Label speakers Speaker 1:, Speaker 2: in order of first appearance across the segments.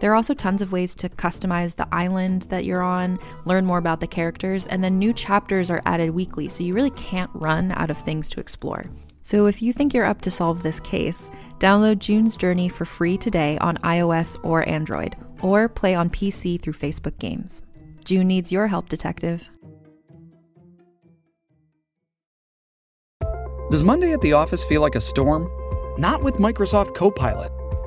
Speaker 1: There are also tons of ways to customize the island that you're on, learn more about the characters, and then new chapters are added weekly, so you really can't run out of things to explore. So if you think you're up to solve this case, download June's Journey for free today on iOS or Android, or play on PC through Facebook Games. June needs your help, detective.
Speaker 2: Does Monday at the office feel like a storm? Not with Microsoft Copilot.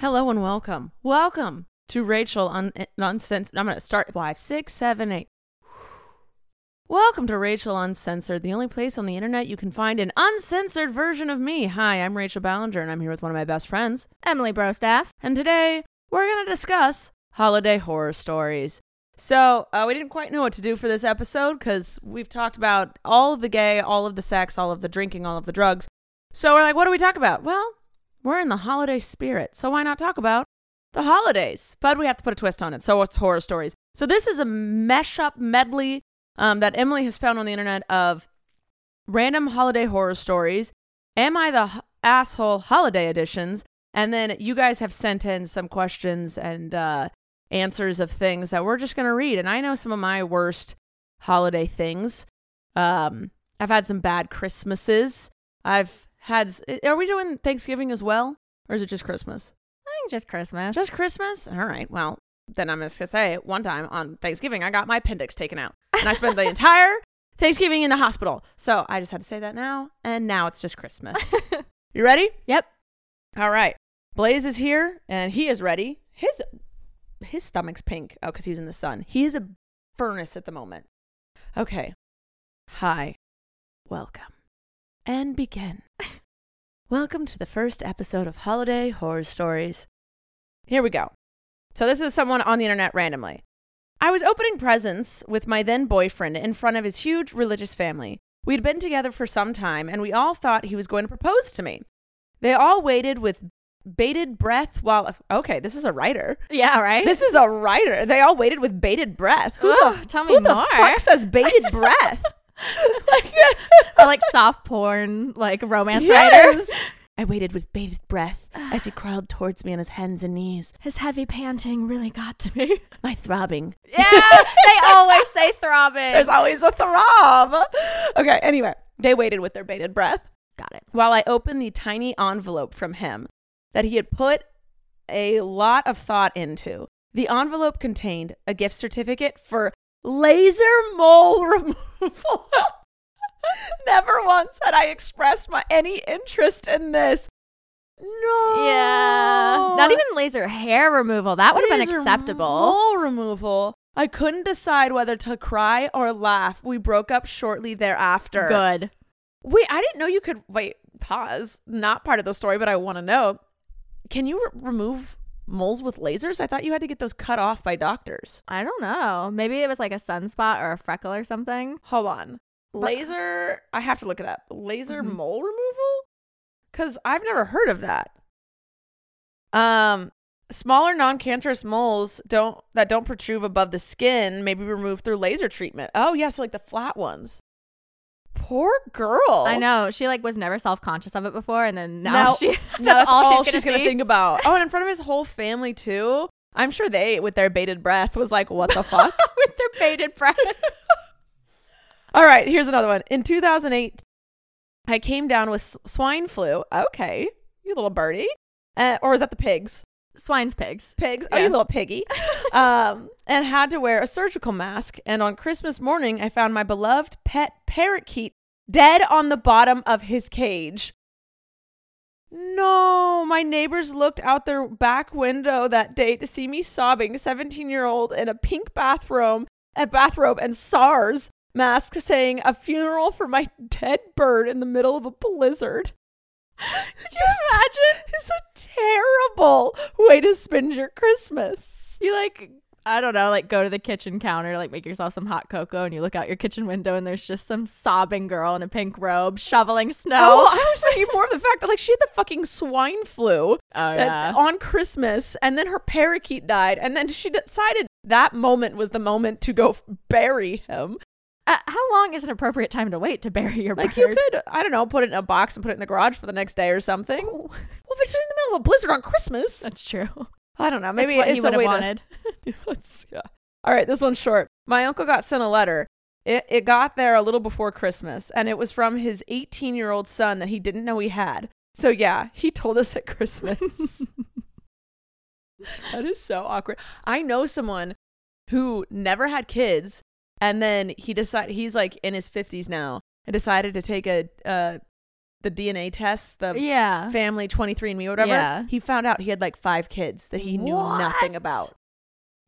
Speaker 3: Hello and welcome. Welcome to Rachel on Nonsense. I'm going to start five, six, seven, eight. Welcome to Rachel Uncensored, the only place on the internet you can find an uncensored version of me. Hi, I'm Rachel Ballinger, and I'm here with one of my best friends.
Speaker 4: Emily Brostaff.
Speaker 3: And today we're going to discuss holiday horror stories. So uh, we didn't quite know what to do for this episode because we've talked about all of the gay, all of the sex, all of the drinking, all of the drugs. So we're like, what do we talk about? Well, we're in the holiday spirit, so why not talk about the holidays? But we have to put a twist on it. So it's horror stories. So this is a mesh up medley um, that Emily has found on the internet of random holiday horror stories, Am I the H- Asshole Holiday Editions? And then you guys have sent in some questions and uh, answers of things that we're just going to read. And I know some of my worst holiday things. Um, I've had some bad Christmases. I've had. s- Are we doing Thanksgiving as well? Or is it just Christmas?
Speaker 4: I think just Christmas.
Speaker 3: Just Christmas? All right. Well, then I'm just going to say one time on Thanksgiving, I got my appendix taken out and I spent the entire Thanksgiving in the hospital. So I just had to say that now. And now it's just Christmas. you ready?
Speaker 4: yep.
Speaker 3: All right. Blaze is here and he is ready. His his stomach's pink. Oh, because he was in the sun. He is a furnace at the moment. Okay. Hi. Welcome. And begin. Welcome to the first episode of Holiday Horror Stories. Here we go. So this is someone on the internet randomly. I was opening presents with my then boyfriend in front of his huge religious family. We'd been together for some time and we all thought he was going to propose to me. They all waited with bated breath while. Okay, this is a writer.
Speaker 4: Yeah, right?
Speaker 3: This is a writer. They all waited with bated breath. Who
Speaker 4: Oh,
Speaker 3: the,
Speaker 4: tell me
Speaker 3: who the
Speaker 4: more.
Speaker 3: fuck says bated breath? like,
Speaker 4: or like soft porn, like romance writers.
Speaker 3: yes. I waited with bated breath as he crawled towards me on his hands and knees,
Speaker 4: His heavy panting really got to me.
Speaker 3: my throbbing.
Speaker 4: Yeah, they always say throbbing.
Speaker 3: There's always a throb. Okay, anyway, they waited with their bated breath.
Speaker 4: got it.
Speaker 3: while I opened the tiny envelope from him that he had put a lot of thought into. The envelope contained a gift certificate for laser mole removal. Never once had I expressed my any interest in this. No.
Speaker 4: Yeah. Not even laser hair removal. That would have been
Speaker 3: Oh. Laser
Speaker 4: acceptable.
Speaker 3: Mole removal. I couldn't decide whether to cry or laugh. We broke up shortly thereafter.
Speaker 4: Good.
Speaker 3: Wait, I didn't know you could. Wait, pause. Not part of the story, but I want to know. Can you re- remove moles with lasers? I thought you had to get those cut off by doctors.
Speaker 4: I don't know. Maybe it was like a sunspot or a freckle or something.
Speaker 3: Hold on. Laser. I have to look it up. Laser
Speaker 4: Mhm.
Speaker 3: mole removal? Because I've never heard of that. Um, smaller non-cancerous moles don't that don't protrude above the skin may be removed through laser treatment. Oh yeah, so like the flat ones. Poor girl.
Speaker 4: I know. She like was never self conscious of it before, and then now,
Speaker 3: Now-
Speaker 4: she. that's,
Speaker 3: Oh. No, that's
Speaker 4: all,
Speaker 3: all
Speaker 4: she's, gonna,
Speaker 3: think
Speaker 4: think.
Speaker 3: about. Oh, and in front of his whole family too. I'm sure they, with their bated breath, was like, "What the fuck."
Speaker 4: With their bated breath.
Speaker 3: All right, here's another one. In 2008, I came down with s- swine flu. Okay, you little birdie. Uh, or is that the pigs?
Speaker 4: Swine's pigs.
Speaker 3: Pigs. Oh,
Speaker 4: Yeah.
Speaker 3: you little piggy. um, and had to wear a surgical mask. And on Christmas morning, I found my beloved pet parakeet dead on the bottom of his cage. No, my neighbors looked out their back window that day to see me sobbing, 17 year old in a pink bathrobe, a bathrobe and SARS mask saying a funeral for my dead bird in the middle of a blizzard. Could you imagine? It's a terrible way to spend your Christmas.
Speaker 4: You like. I don't know, like go to the kitchen counter, like make yourself some hot cocoa, and you look out your kitchen window, and there's just some sobbing girl in a pink robe shoveling
Speaker 3: Oh,
Speaker 4: snow.
Speaker 3: I was thinking more of the fact that like she had the fucking swine flu
Speaker 4: Oh,
Speaker 3: uh,
Speaker 4: yeah.
Speaker 3: on Christmas, and then her parakeet died, and then she decided that moment was the moment to go f- bury him.
Speaker 4: Uh, how long is an appropriate time to wait to bury your
Speaker 3: Like you
Speaker 4: bird?
Speaker 3: could, I don't know, put it in a box and put it in the garage for the next day or something. Well, if it's in the middle of a blizzard on Christmas,
Speaker 4: Oh. That's true.
Speaker 3: I don't know.
Speaker 4: Maybe
Speaker 3: Maybe
Speaker 4: it's
Speaker 3: it's a
Speaker 4: what he would have
Speaker 3: way to
Speaker 4: wanted.
Speaker 3: Let's- yeah. All right, this one's short. My uncle got sent a letter. It, it got there a little before Christmas, and it was from his 18 year old son that he didn't know he had. So, yeah, he told us at Christmas. that is so awkward. I know someone who never had kids, and then he decided he's like in his 50s now and decided to take a uh, the DNA test, the
Speaker 4: yeah.
Speaker 3: family 23andMe or whatever.
Speaker 4: Yeah.
Speaker 3: He found out he had like five kids that he knew nothing
Speaker 4: What?
Speaker 3: about.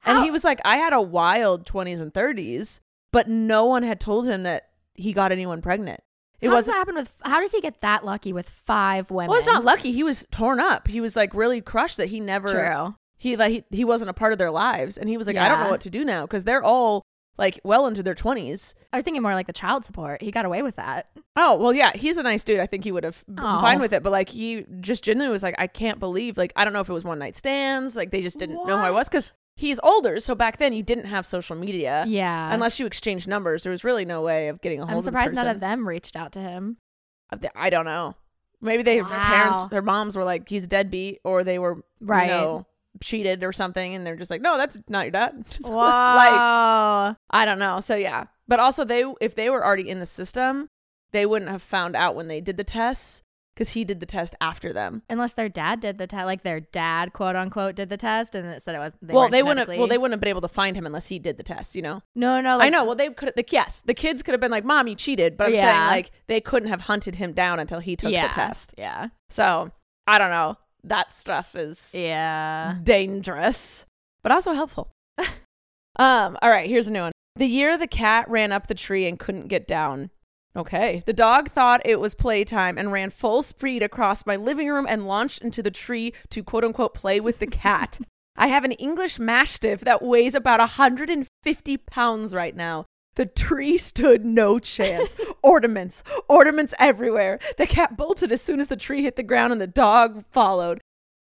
Speaker 3: And he
Speaker 4: How-
Speaker 3: was like, I had a wild 20s and 30s, but no one had told him that he got anyone pregnant. It
Speaker 4: how does
Speaker 3: wasn't.
Speaker 4: that happen with? How does he get that lucky with five women?
Speaker 3: Well, it's not lucky. He was torn up. He was like really crushed that he never.
Speaker 4: True.
Speaker 3: He like he, he wasn't a part of their lives, and he was like, I don't know
Speaker 4: Yeah.
Speaker 3: what to do now because they're all like well into their 20s.
Speaker 4: I was thinking more like the child support. He got away with that.
Speaker 3: Oh well, yeah, he's a nice dude. I think he would have been
Speaker 4: Aw.
Speaker 3: fine with it, but like he just genuinely was like, I can't believe. Like I don't know if it was one night stands. Like they just didn't know who I was because he's older. So back then you didn't have social media.
Speaker 4: Yeah.
Speaker 3: Unless you exchanged numbers, there was really no way of getting a hold
Speaker 4: I'm
Speaker 3: of the
Speaker 4: surprised none of
Speaker 3: person.
Speaker 4: them reached out to him.
Speaker 3: of the- I don't know. Maybe they their
Speaker 4: Wow.
Speaker 3: parents, their moms were like, he's a deadbeat, or they were
Speaker 4: Right.
Speaker 3: you know, cheated or something, and they're just like, no, that's not your dad. like
Speaker 4: Wow.
Speaker 3: I don't know. So yeah, but also they if they were already in the system, they wouldn't have found out when they did the tests because he did the test after them.
Speaker 4: Unless their dad did the test, like their dad, quote unquote, did the test, and it said it was. They
Speaker 3: well,
Speaker 4: weren't
Speaker 3: they wouldn't. Have,
Speaker 4: genetically-
Speaker 3: well, they wouldn't have been able to find him unless he did the test. You know.
Speaker 4: No, no. Like,
Speaker 3: I know. Well, they could. The yes, the kids could have been like, "Mom, you cheated," but I'm saying
Speaker 4: Yeah.
Speaker 3: like they couldn't have hunted him down until he took
Speaker 4: yeah.
Speaker 3: the test.
Speaker 4: Yeah.
Speaker 3: So I don't know. That stuff is
Speaker 4: Yeah.
Speaker 3: dangerous, but also helpful. um, all right, here's a new one. The year the cat ran up the tree and couldn't get down. Okay. The dog thought it was playtime and ran full speed across my living room and launched into the tree to quote unquote play with the cat. I have an English Mastiff that weighs about 150 pounds right now. The tree stood no chance. ornaments, ornaments everywhere. The cat bolted as soon as the tree hit the ground and the dog followed.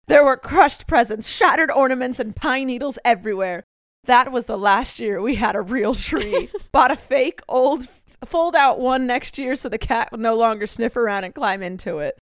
Speaker 3: There were crushed presents, shattered ornaments, and pine needles everywhere. That was the last year we had a real tree. Bought a fake old fold out one next year so the cat will no longer sniff around and climb into it.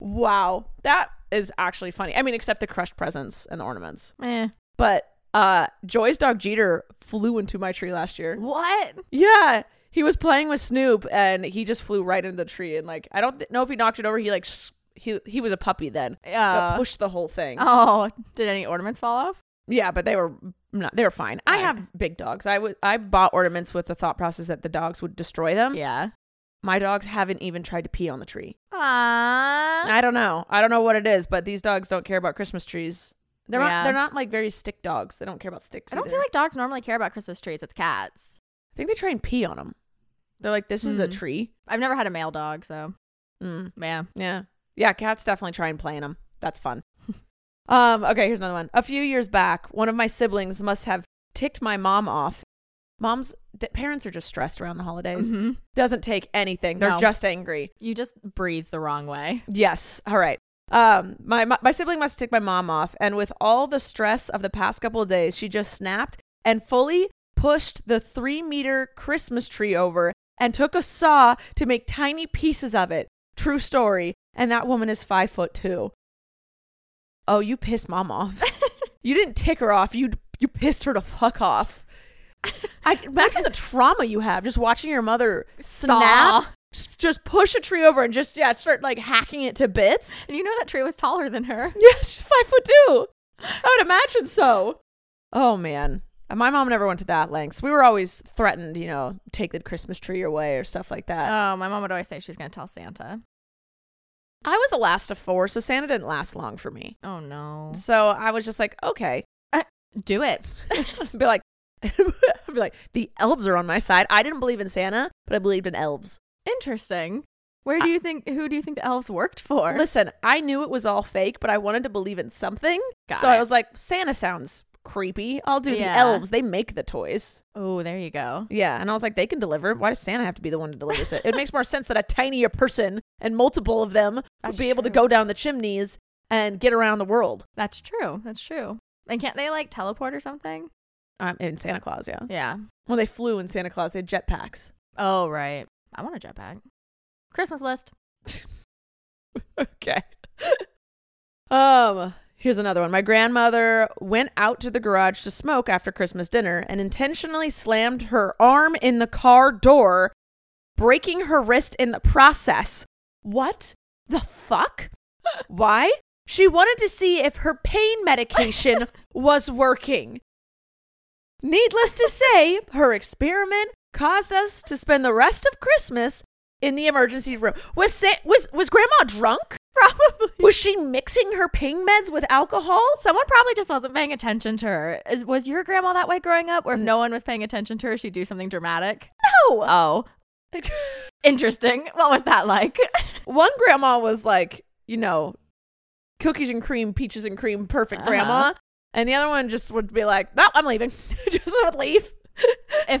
Speaker 3: Wow. That is actually funny. I mean, except the crushed presents and the ornaments.
Speaker 4: Eh.
Speaker 3: But uh Joy's dog Jeter flew into my tree last year.
Speaker 4: What?
Speaker 3: Yeah, he was playing with Snoop, and he just flew right into the tree. And like, I don't th- know if he knocked it over. He like s- he he was a puppy then. but
Speaker 4: Yeah.
Speaker 3: pushed the whole thing.
Speaker 4: Uh, oh, did any ornaments fall off?
Speaker 3: Yeah, but they were not. They were fine. I
Speaker 4: Right.
Speaker 3: have big dogs. I would I bought ornaments with the thought process that the dogs would destroy them.
Speaker 4: Yeah.
Speaker 3: My dogs haven't even tried to pee on the tree.
Speaker 4: Ah.
Speaker 3: I don't know. I don't know what it is, but these dogs don't care about Christmas trees. They're not.
Speaker 4: Yeah.
Speaker 3: They're not like very stick dogs. They don't care about sticks.
Speaker 4: I don't
Speaker 3: either.
Speaker 4: feel like dogs normally care about Christmas trees. It's cats.
Speaker 3: I think they try and pee on them. They're like, this is a
Speaker 4: Hmm.
Speaker 3: tree.
Speaker 4: I've never had a male dog, so
Speaker 3: Mm.
Speaker 4: yeah.
Speaker 3: Yeah. Yeah, cats definitely try and play in them. That's fun. um, okay, here's another one. A few years back, one of my siblings must have ticked my mom off. Mom's d- parents are just stressed around the holidays.
Speaker 4: Mhm.
Speaker 3: Doesn't take anything. They're
Speaker 4: No.
Speaker 3: just angry.
Speaker 4: You just breathe the wrong way.
Speaker 3: Yes. All right. Um, my, my my sibling must have ticked my mom off, and with all the stress of the past couple of days, she just snapped and fully pushed the three meter Christmas tree over and took a saw to make tiny pieces of it. True story. And that woman is five foot two. Oh, you pissed mom off. you didn't tick her off. You you pissed her to fuck off. I imagine the trauma you have just watching your mother snap,
Speaker 4: Saw.
Speaker 3: s- just push a tree over and just yeah start like hacking it to bits.
Speaker 4: And you know that tree was taller than her.
Speaker 3: Yes, she's five foot two. I would imagine so. Oh man, my mom never went to that lengths. We were always threatened, you know, take the Christmas tree away or stuff like that.
Speaker 4: Oh, my mom would always say she's going to tell Santa.
Speaker 3: I was the last of four, so Santa didn't last long for me.
Speaker 4: Oh, no.
Speaker 3: So I was just like, okay,
Speaker 4: Do it.
Speaker 3: be like, I'd be like, the elves are on my side. I didn't believe in Santa, but I believed in elves.
Speaker 4: Interesting. Where do you think, who do you think the elves worked for?
Speaker 3: Listen, I knew it was all fake, but I wanted to believe in something.
Speaker 4: Got
Speaker 3: so
Speaker 4: it.
Speaker 3: I was like, Santa sounds creepy. I'll do
Speaker 4: Yeah.
Speaker 3: the elves. They make the toys.
Speaker 4: Oh, there you go.
Speaker 3: Yeah, and I was like, they can deliver. Why does Santa have to be the one to deliver it? It makes more sense that a tinier person and multiple of them would
Speaker 4: That's
Speaker 3: be able to
Speaker 4: true.
Speaker 3: go down the chimneys and get around the world.
Speaker 4: That's true. That's true. And can't they like teleport or something?
Speaker 3: Um, in Santa Claus, yeah.
Speaker 4: Yeah.
Speaker 3: When they flew in Santa Claus, they had jetpacks.
Speaker 4: Oh, right. I want a jetpack. Christmas list.
Speaker 3: okay. um, here's another one. My grandmother went out to the garage to smoke after Christmas dinner and intentionally slammed her arm in the car door, breaking her wrist in the process. What the fuck? Why? She wanted to see if her pain medication was working. Needless to say, her experiment caused us to spend the rest of Christmas in the emergency room. Was Sa- was was Grandma drunk?
Speaker 4: Probably.
Speaker 3: Was she mixing her pain meds with alcohol?
Speaker 4: Someone probably just wasn't paying attention to her. Is, was your grandma that way growing up? Or if no one was paying attention to her, she'd do something dramatic?
Speaker 3: No.
Speaker 4: Oh, interesting. What was that like?
Speaker 3: One grandma was like, you know, cookies and cream, peaches and cream, perfect
Speaker 4: Uh-huh.
Speaker 3: grandma, and the other one just would be like, no, I'm leaving, just would leave.
Speaker 4: If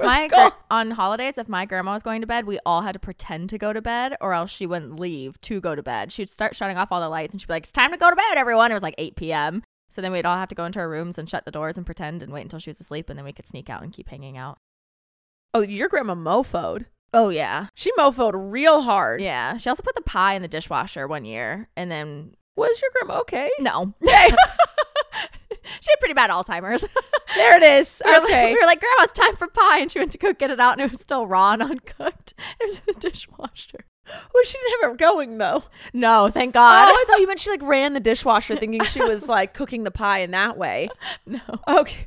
Speaker 3: We're
Speaker 4: my
Speaker 3: gone.
Speaker 4: gr- on holidays, if my grandma was going to bed, we all had to pretend to go to bed, or else she wouldn't leave to go to bed. She'd start shutting off all the lights, and she'd be like, "It's time to go to bed, everyone." It was like 8 p.m. So then we'd all have to go into our rooms and shut the doors and pretend and wait until she was asleep, and then we could sneak out and keep hanging out.
Speaker 3: oh, your grandma mofoed.
Speaker 4: Oh yeah,
Speaker 3: She mofoed real hard.
Speaker 4: yeah. She also put the pie in the dishwasher one year, and then
Speaker 3: Was your grandma okay?
Speaker 4: no, she
Speaker 3: Hey,
Speaker 4: had pretty bad Alzheimer's.
Speaker 3: there it is.
Speaker 4: We were like-
Speaker 3: Okay.
Speaker 4: we were like, Grandma, it's time for pie. And she went to go get it out, and it was still raw and uncooked. It was in the dishwasher.
Speaker 3: well, she didn't have it going though.
Speaker 4: No, thank God.
Speaker 3: Oh, I thought you meant she like ran the dishwasher thinking she was like cooking the pie in that way.
Speaker 4: no.
Speaker 3: Okay.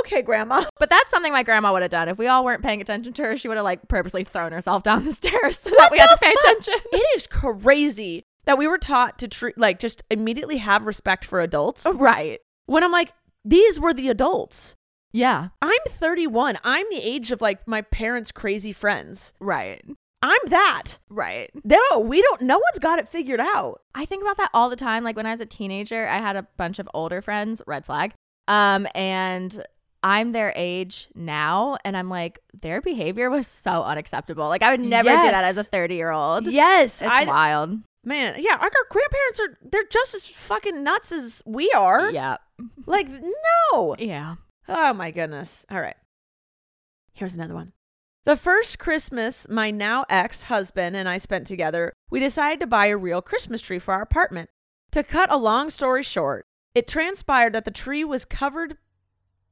Speaker 3: Okay, grandma.
Speaker 4: But that's something my grandma would have done. If we all weren't paying attention to her, she would have like purposely thrown herself down the stairs so that we had to pay attention.
Speaker 3: It is crazy that we were taught to treat like just immediately have respect for adults.
Speaker 4: Right.
Speaker 3: When I'm like, these were the adults.
Speaker 4: Yeah.
Speaker 3: I'm 31. I'm the age of like my parents' crazy friends.
Speaker 4: Right.
Speaker 3: I'm that.
Speaker 4: Right.
Speaker 3: No, we don't. No one's got it figured out.
Speaker 4: I think about that all the time. Like when I was a teenager, I had a bunch of older friends, red flag. Um, and I'm their age now, and I'm like, their behavior was so unacceptable. Like I would never do that
Speaker 3: Yes.
Speaker 4: as a 30 year old.
Speaker 3: Yes,
Speaker 4: It's
Speaker 3: I
Speaker 4: wild.
Speaker 3: man. Yeah, like our grandparents are—they're just as fucking nuts as we are.
Speaker 4: Yeah.
Speaker 3: Like, no.
Speaker 4: Yeah.
Speaker 3: Oh my goodness. All right. Here's another one. The first Christmas my now ex husband and I spent together, we decided to buy a real Christmas tree for our apartment. To cut a long story short, it transpired that the tree was covered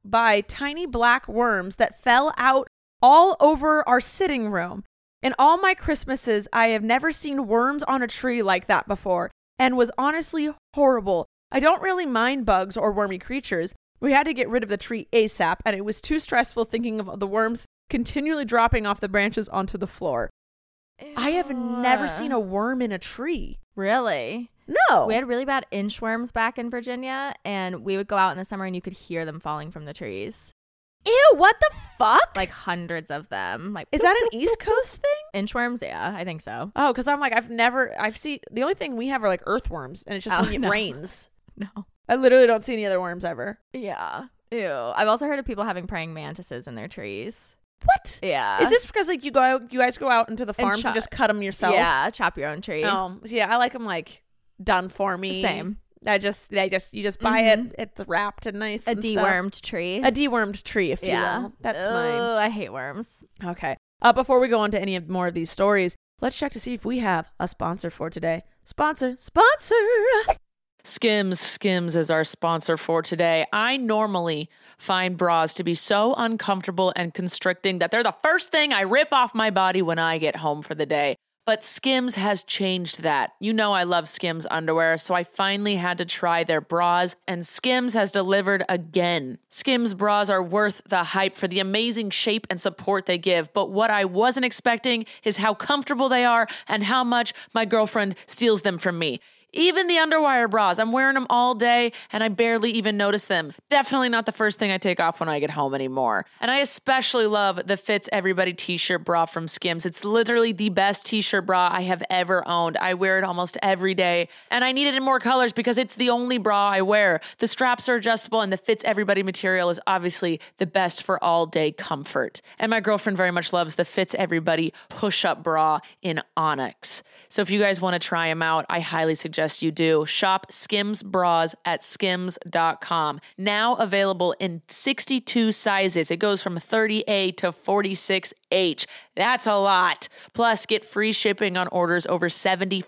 Speaker 3: by tiny black worms that fell out all over our sitting room. In all my Christmases, I have never seen worms on a tree like that before and was honestly horrible. I don't really mind bugs or wormy creatures. We had to get rid of the tree ASAP, and it was too stressful thinking of the worms continually dropping off the branches onto the floor. I have never seen a worm in a tree.
Speaker 4: Really?
Speaker 3: No.
Speaker 4: We had really bad inchworms back in Virginia, and we would go out in the summer and you could hear them falling from the trees.
Speaker 3: Ew, what the fuck?
Speaker 4: Like hundreds of them. Like
Speaker 3: is that an East Coast thing?
Speaker 4: inchworms? Yeah, I think so.
Speaker 3: Oh, because I'm like, I've never, I've seen, the only thing we have are like earthworms, and it's just
Speaker 4: Oh,
Speaker 3: when it
Speaker 4: no.
Speaker 3: rains.
Speaker 4: No.
Speaker 3: I literally don't see any other worms ever.
Speaker 4: Yeah. Ew. I've also heard of people having praying mantises in their trees.
Speaker 3: What?
Speaker 4: Yeah.
Speaker 3: Is this because like you go, you guys go out into the farms and,
Speaker 4: chop-
Speaker 3: just cut them yourself?
Speaker 4: Yeah, chop your own tree.
Speaker 3: Um, so yeah, I like them like done for me.
Speaker 4: Same.
Speaker 3: I just they just you just buy it. It's wrapped and nice.
Speaker 4: A
Speaker 3: and stuff.
Speaker 4: dewormed tree.
Speaker 3: A dewormed tree, if you
Speaker 4: yeah.
Speaker 3: will. That's
Speaker 4: Ew,
Speaker 3: mine.
Speaker 4: I hate worms.
Speaker 3: Okay. Uh, before we go on to any of more of these stories, let's check to see if we have a sponsor for today. Sponsor, sponsor.
Speaker 5: Skims Skims is our sponsor for today. I normally find bras to be so uncomfortable and constricting that they're the first thing I rip off my body when I get home for the day. But Skims has changed that. You know, I love Skims underwear, so I finally had to try their bras, and Skims has delivered again. Skims bras are worth the hype for the amazing shape and support they give, but what I wasn't expecting is how comfortable they are and how much my girlfriend steals them from me. Even the underwire bras, I'm wearing them all day and I barely even notice them. Definitely not the first thing I take off when I get home anymore. And I especially love the Fits Everybody t shirt bra from Skims. It's literally the best t shirt bra I have ever owned. I wear it almost every day and I need it in more colors because it's the only bra I wear. The straps are adjustable and the Fits Everybody material is obviously the best for all day comfort. And my girlfriend very much loves the Fits Everybody push up bra in onyx. So if you guys want to try them out, I highly suggest you do. Shop Skims bras at skims.com. Now available in 62 sizes. It goes from 30A to 46H. That's a lot. Plus, get free shipping on orders over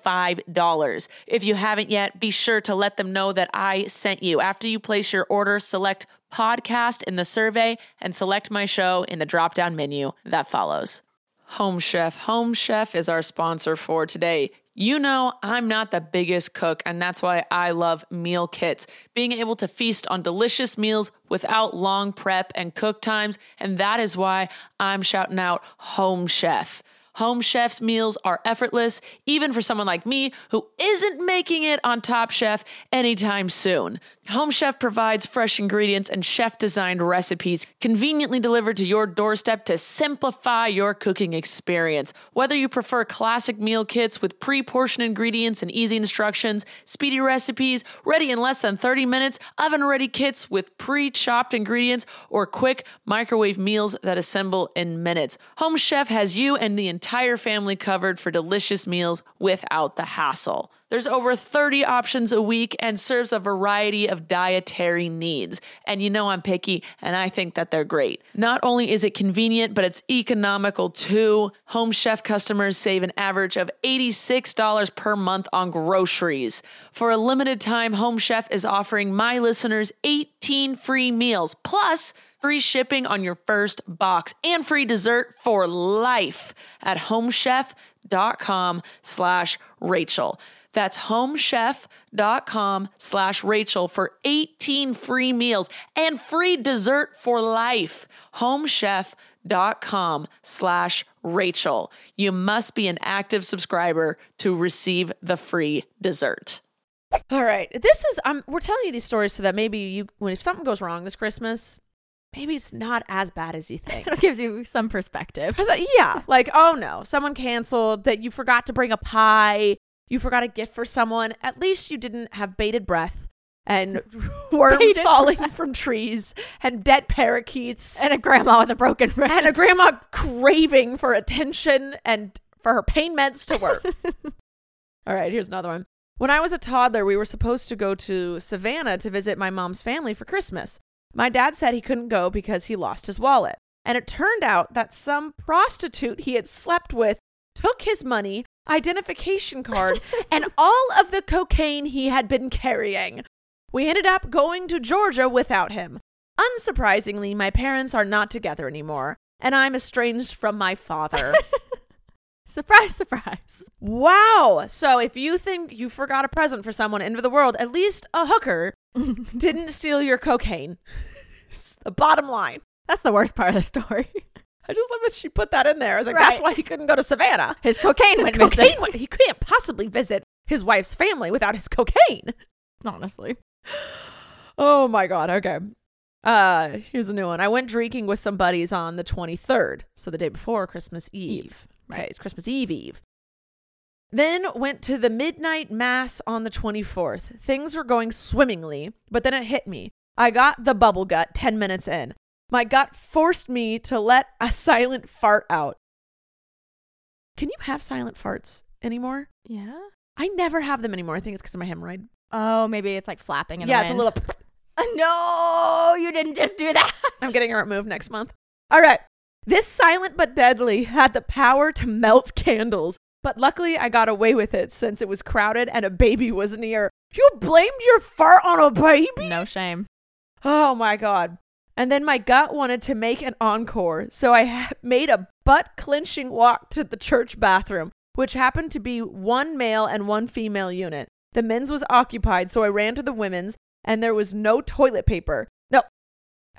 Speaker 5: $75. If you haven't yet, be sure to let them know that I sent you. After you place your order, select podcast in the survey and select my show in the drop down menu that follows. Home Chef. Home Chef is our sponsor for today. You know, I'm not the biggest cook, and that's why I love meal kits. Being able to feast on delicious meals without long prep and cook times, and that is why I'm shouting out Home Chef. Home Chef's meals are effortless, even for someone like me who isn't making it on Top Chef anytime soon. Home Chef provides fresh ingredients and chef designed recipes conveniently delivered to your doorstep to simplify your cooking experience. Whether you prefer classic meal kits with pre portioned ingredients and easy instructions, speedy recipes, ready in less than 30 minutes, oven ready kits with pre chopped ingredients, or quick microwave meals that assemble in minutes, Home Chef has you and the entire entire family covered for delicious meals without the hassle. There's over 30 options a week and serves a variety of dietary needs. And you know I'm picky and I think that they're great. Not only is it convenient, but it's economical too. Home Chef customers save an average of $86 per month on groceries. For a limited time, Home Chef is offering my listeners 18 free meals plus free shipping on your first box and free dessert for life at homechef.com slash rachel that's homechef.com slash rachel for 18 free meals and free dessert for life homechef.com slash rachel you must be an active subscriber to receive the free dessert
Speaker 3: All right. This is um we're telling you these stories so that maybe you when if something goes wrong this Christmas, maybe it's not as bad as you think.
Speaker 4: It gives you some perspective.
Speaker 3: 'Cause, uh, yeah, like oh no, someone canceled that you forgot to bring a pie, you forgot a gift for someone. At least you didn't have bated breath and worms
Speaker 4: Bated
Speaker 3: falling from trees and dead parakeets
Speaker 4: And a grandma with a broken wrist.
Speaker 3: and a grandma craving for attention and for her pain meds to work. All right, here's another one. When I was a toddler, we were supposed to go to Savannah to visit my mom's family for Christmas. My dad said he couldn't go because he lost his wallet. And it turned out that some prostitute he had slept with took his money, identification card, and all of the cocaine he had been carrying. We ended up going to Georgia without him. Unsurprisingly, my parents are not together anymore, and I'm estranged from my father.
Speaker 4: Surprise, surprise.
Speaker 3: wow! So if you think you forgot a present for someone into the world, at least a hooker didn't steal your cocaine. It's the bottom line.
Speaker 4: That's the worst part of the story.
Speaker 3: I just love that she put that in there. I was like, that's
Speaker 4: Right.
Speaker 3: why he couldn't go to Savannah.
Speaker 4: His cocaine
Speaker 3: His
Speaker 4: went
Speaker 3: cocaine.
Speaker 4: missing.
Speaker 3: went- he can't possibly visit his wife's family without his cocaine.
Speaker 4: Honestly.
Speaker 3: Oh my god. Okay. Uh, here's a new one. I went drinking with some buddies on the 23rd, so the day before Christmas Eve.
Speaker 4: Eve,
Speaker 3: Okay,
Speaker 4: right.
Speaker 3: it's Christmas Eve Eve. Then went to the midnight mass on the 24th. Things were going swimmingly, but then it hit me. I got the bubble gut 10 minutes in. My gut forced me to let a silent fart out. Can you have silent farts anymore?
Speaker 4: Yeah.
Speaker 3: I never have them anymore. I think it's because of my hemorrhoid.
Speaker 4: Oh, maybe it's like flapping in
Speaker 3: yeah,
Speaker 4: the
Speaker 3: it's a
Speaker 4: wind.
Speaker 3: little.
Speaker 4: Uh, no, you didn't just do that.
Speaker 3: I'm getting it removed next month. All right. This silent but deadly had the power to melt candles, but luckily I got away with it since it was crowded and a baby was near. You blamed your fart on a baby?
Speaker 4: No shame.
Speaker 3: Oh my god. And then my gut wanted to make an encore, so I ha- made a butt clenching walk to the church bathroom, which happened to be one male and one female unit. The men's was occupied, so I ran to the women's, and there was no toilet paper. No,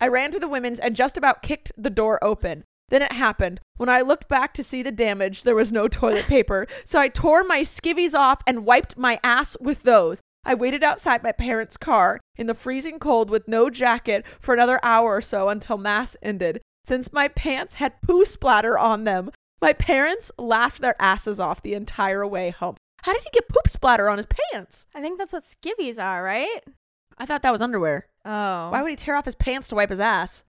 Speaker 3: I ran to the women's and just about kicked the door open. Then it happened. When I looked back to see the damage, there was no toilet paper, so I tore my skivvies off and wiped my ass with those. I waited outside my parents' car in the freezing cold with no jacket for another hour or so until mass ended. Since my pants had poo splatter on them, my parents laughed their asses off the entire way home. How did he get poop splatter on his pants?
Speaker 4: I think that's what skivvies are, right?
Speaker 3: I thought that was underwear.
Speaker 4: Oh,
Speaker 3: Why would he tear off his pants to wipe his ass?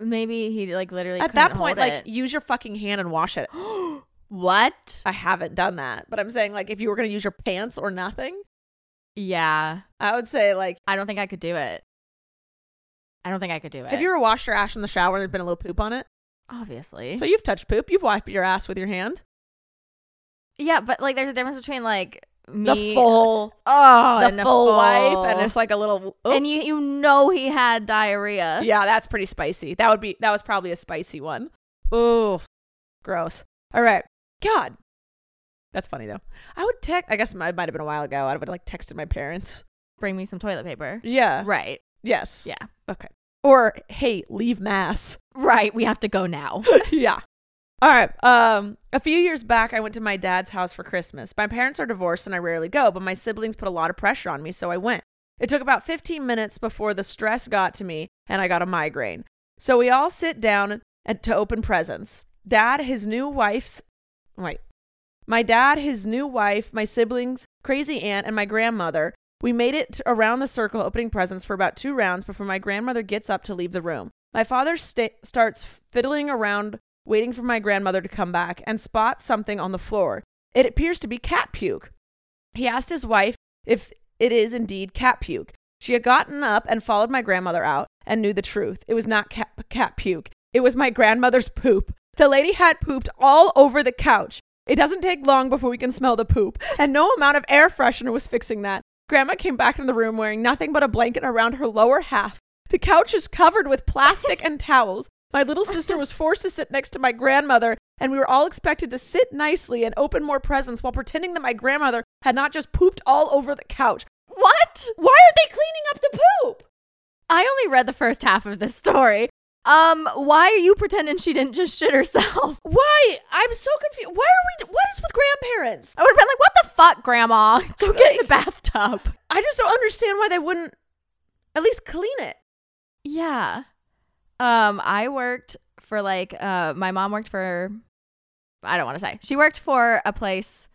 Speaker 4: maybe he like literally
Speaker 3: At that point, like, use your fucking hand and wash it.
Speaker 4: what?
Speaker 3: I haven't done that, but I'm saying, like, if you were going to use your pants or nothing,
Speaker 4: Yeah,
Speaker 3: I would say, like,
Speaker 4: I don't think I could do it. I don't think I could do it.
Speaker 3: have you ever washed your ass in the shower and there's been a little poop on it?
Speaker 4: obviously?
Speaker 3: So you've touched poop. You've wiped your ass with your hand.
Speaker 4: yeah, but like, there's a difference between like me uh,
Speaker 3: the full,
Speaker 4: oh,
Speaker 3: the
Speaker 4: and a
Speaker 3: full
Speaker 4: full-
Speaker 3: wipe, and it's like a little. oh.
Speaker 4: and you uh? you know he had diarrhea.
Speaker 3: yeah, that's pretty spicy. That would be. That was probably a spicy one. Ooh, gross. All right, God, that's funny though. I would text. I guess it might have been a while ago. I would have like texted my parents.
Speaker 4: Bring me some toilet paper.
Speaker 3: Yeah.
Speaker 4: Right.
Speaker 3: Yes.
Speaker 4: Yeah.
Speaker 3: Okay. Or hey, leave mass.
Speaker 4: Right. We have to go now.
Speaker 3: yeah. All right. Um, a few years back, I went to my dad's house for Christmas. My parents are divorced and I rarely go, but my siblings put a lot of pressure on me, so I went. It took about 15 minutes before the stress got to me and I got a migraine. So we all sit down and to open presents. Dad, his new wife's. Wait. My dad, his new wife, my siblings, crazy aunt, and my grandmother. We made it t- around the circle opening presents for about two rounds before my grandmother gets up to leave the room. My father sta- starts fiddling around, waiting for my grandmother to come back, and spots something on the floor. It appears to be cat puke. He asked his wife if it is indeed cat puke. She had gotten up and followed my grandmother out and knew the truth. It was not cat, cat puke, it was my grandmother's poop. The lady had pooped all over the couch. It doesn't take long before we can smell the poop, and no amount of air freshener was fixing that. Grandma came back in the room wearing nothing but a blanket around her lower half. The couch is covered with plastic and towels. My little sister was forced to sit next to my grandmother, and we were all expected to sit nicely and open more presents while pretending that my grandmother had not just pooped all over the couch.
Speaker 4: what?
Speaker 3: Why are they cleaning up the poop?
Speaker 4: I only read the first half of this story. Um, why are you pretending she didn't just shit herself?
Speaker 3: Why? I'm so confused. Why are we? What is with grandparents?
Speaker 4: I would have been like, "What the fuck, Grandma? Go get in the bathtub."
Speaker 3: I just don't understand why they wouldn't at least clean it.
Speaker 4: Yeah. Um, I worked for like uh my mom worked for I don't want to say. She worked for a place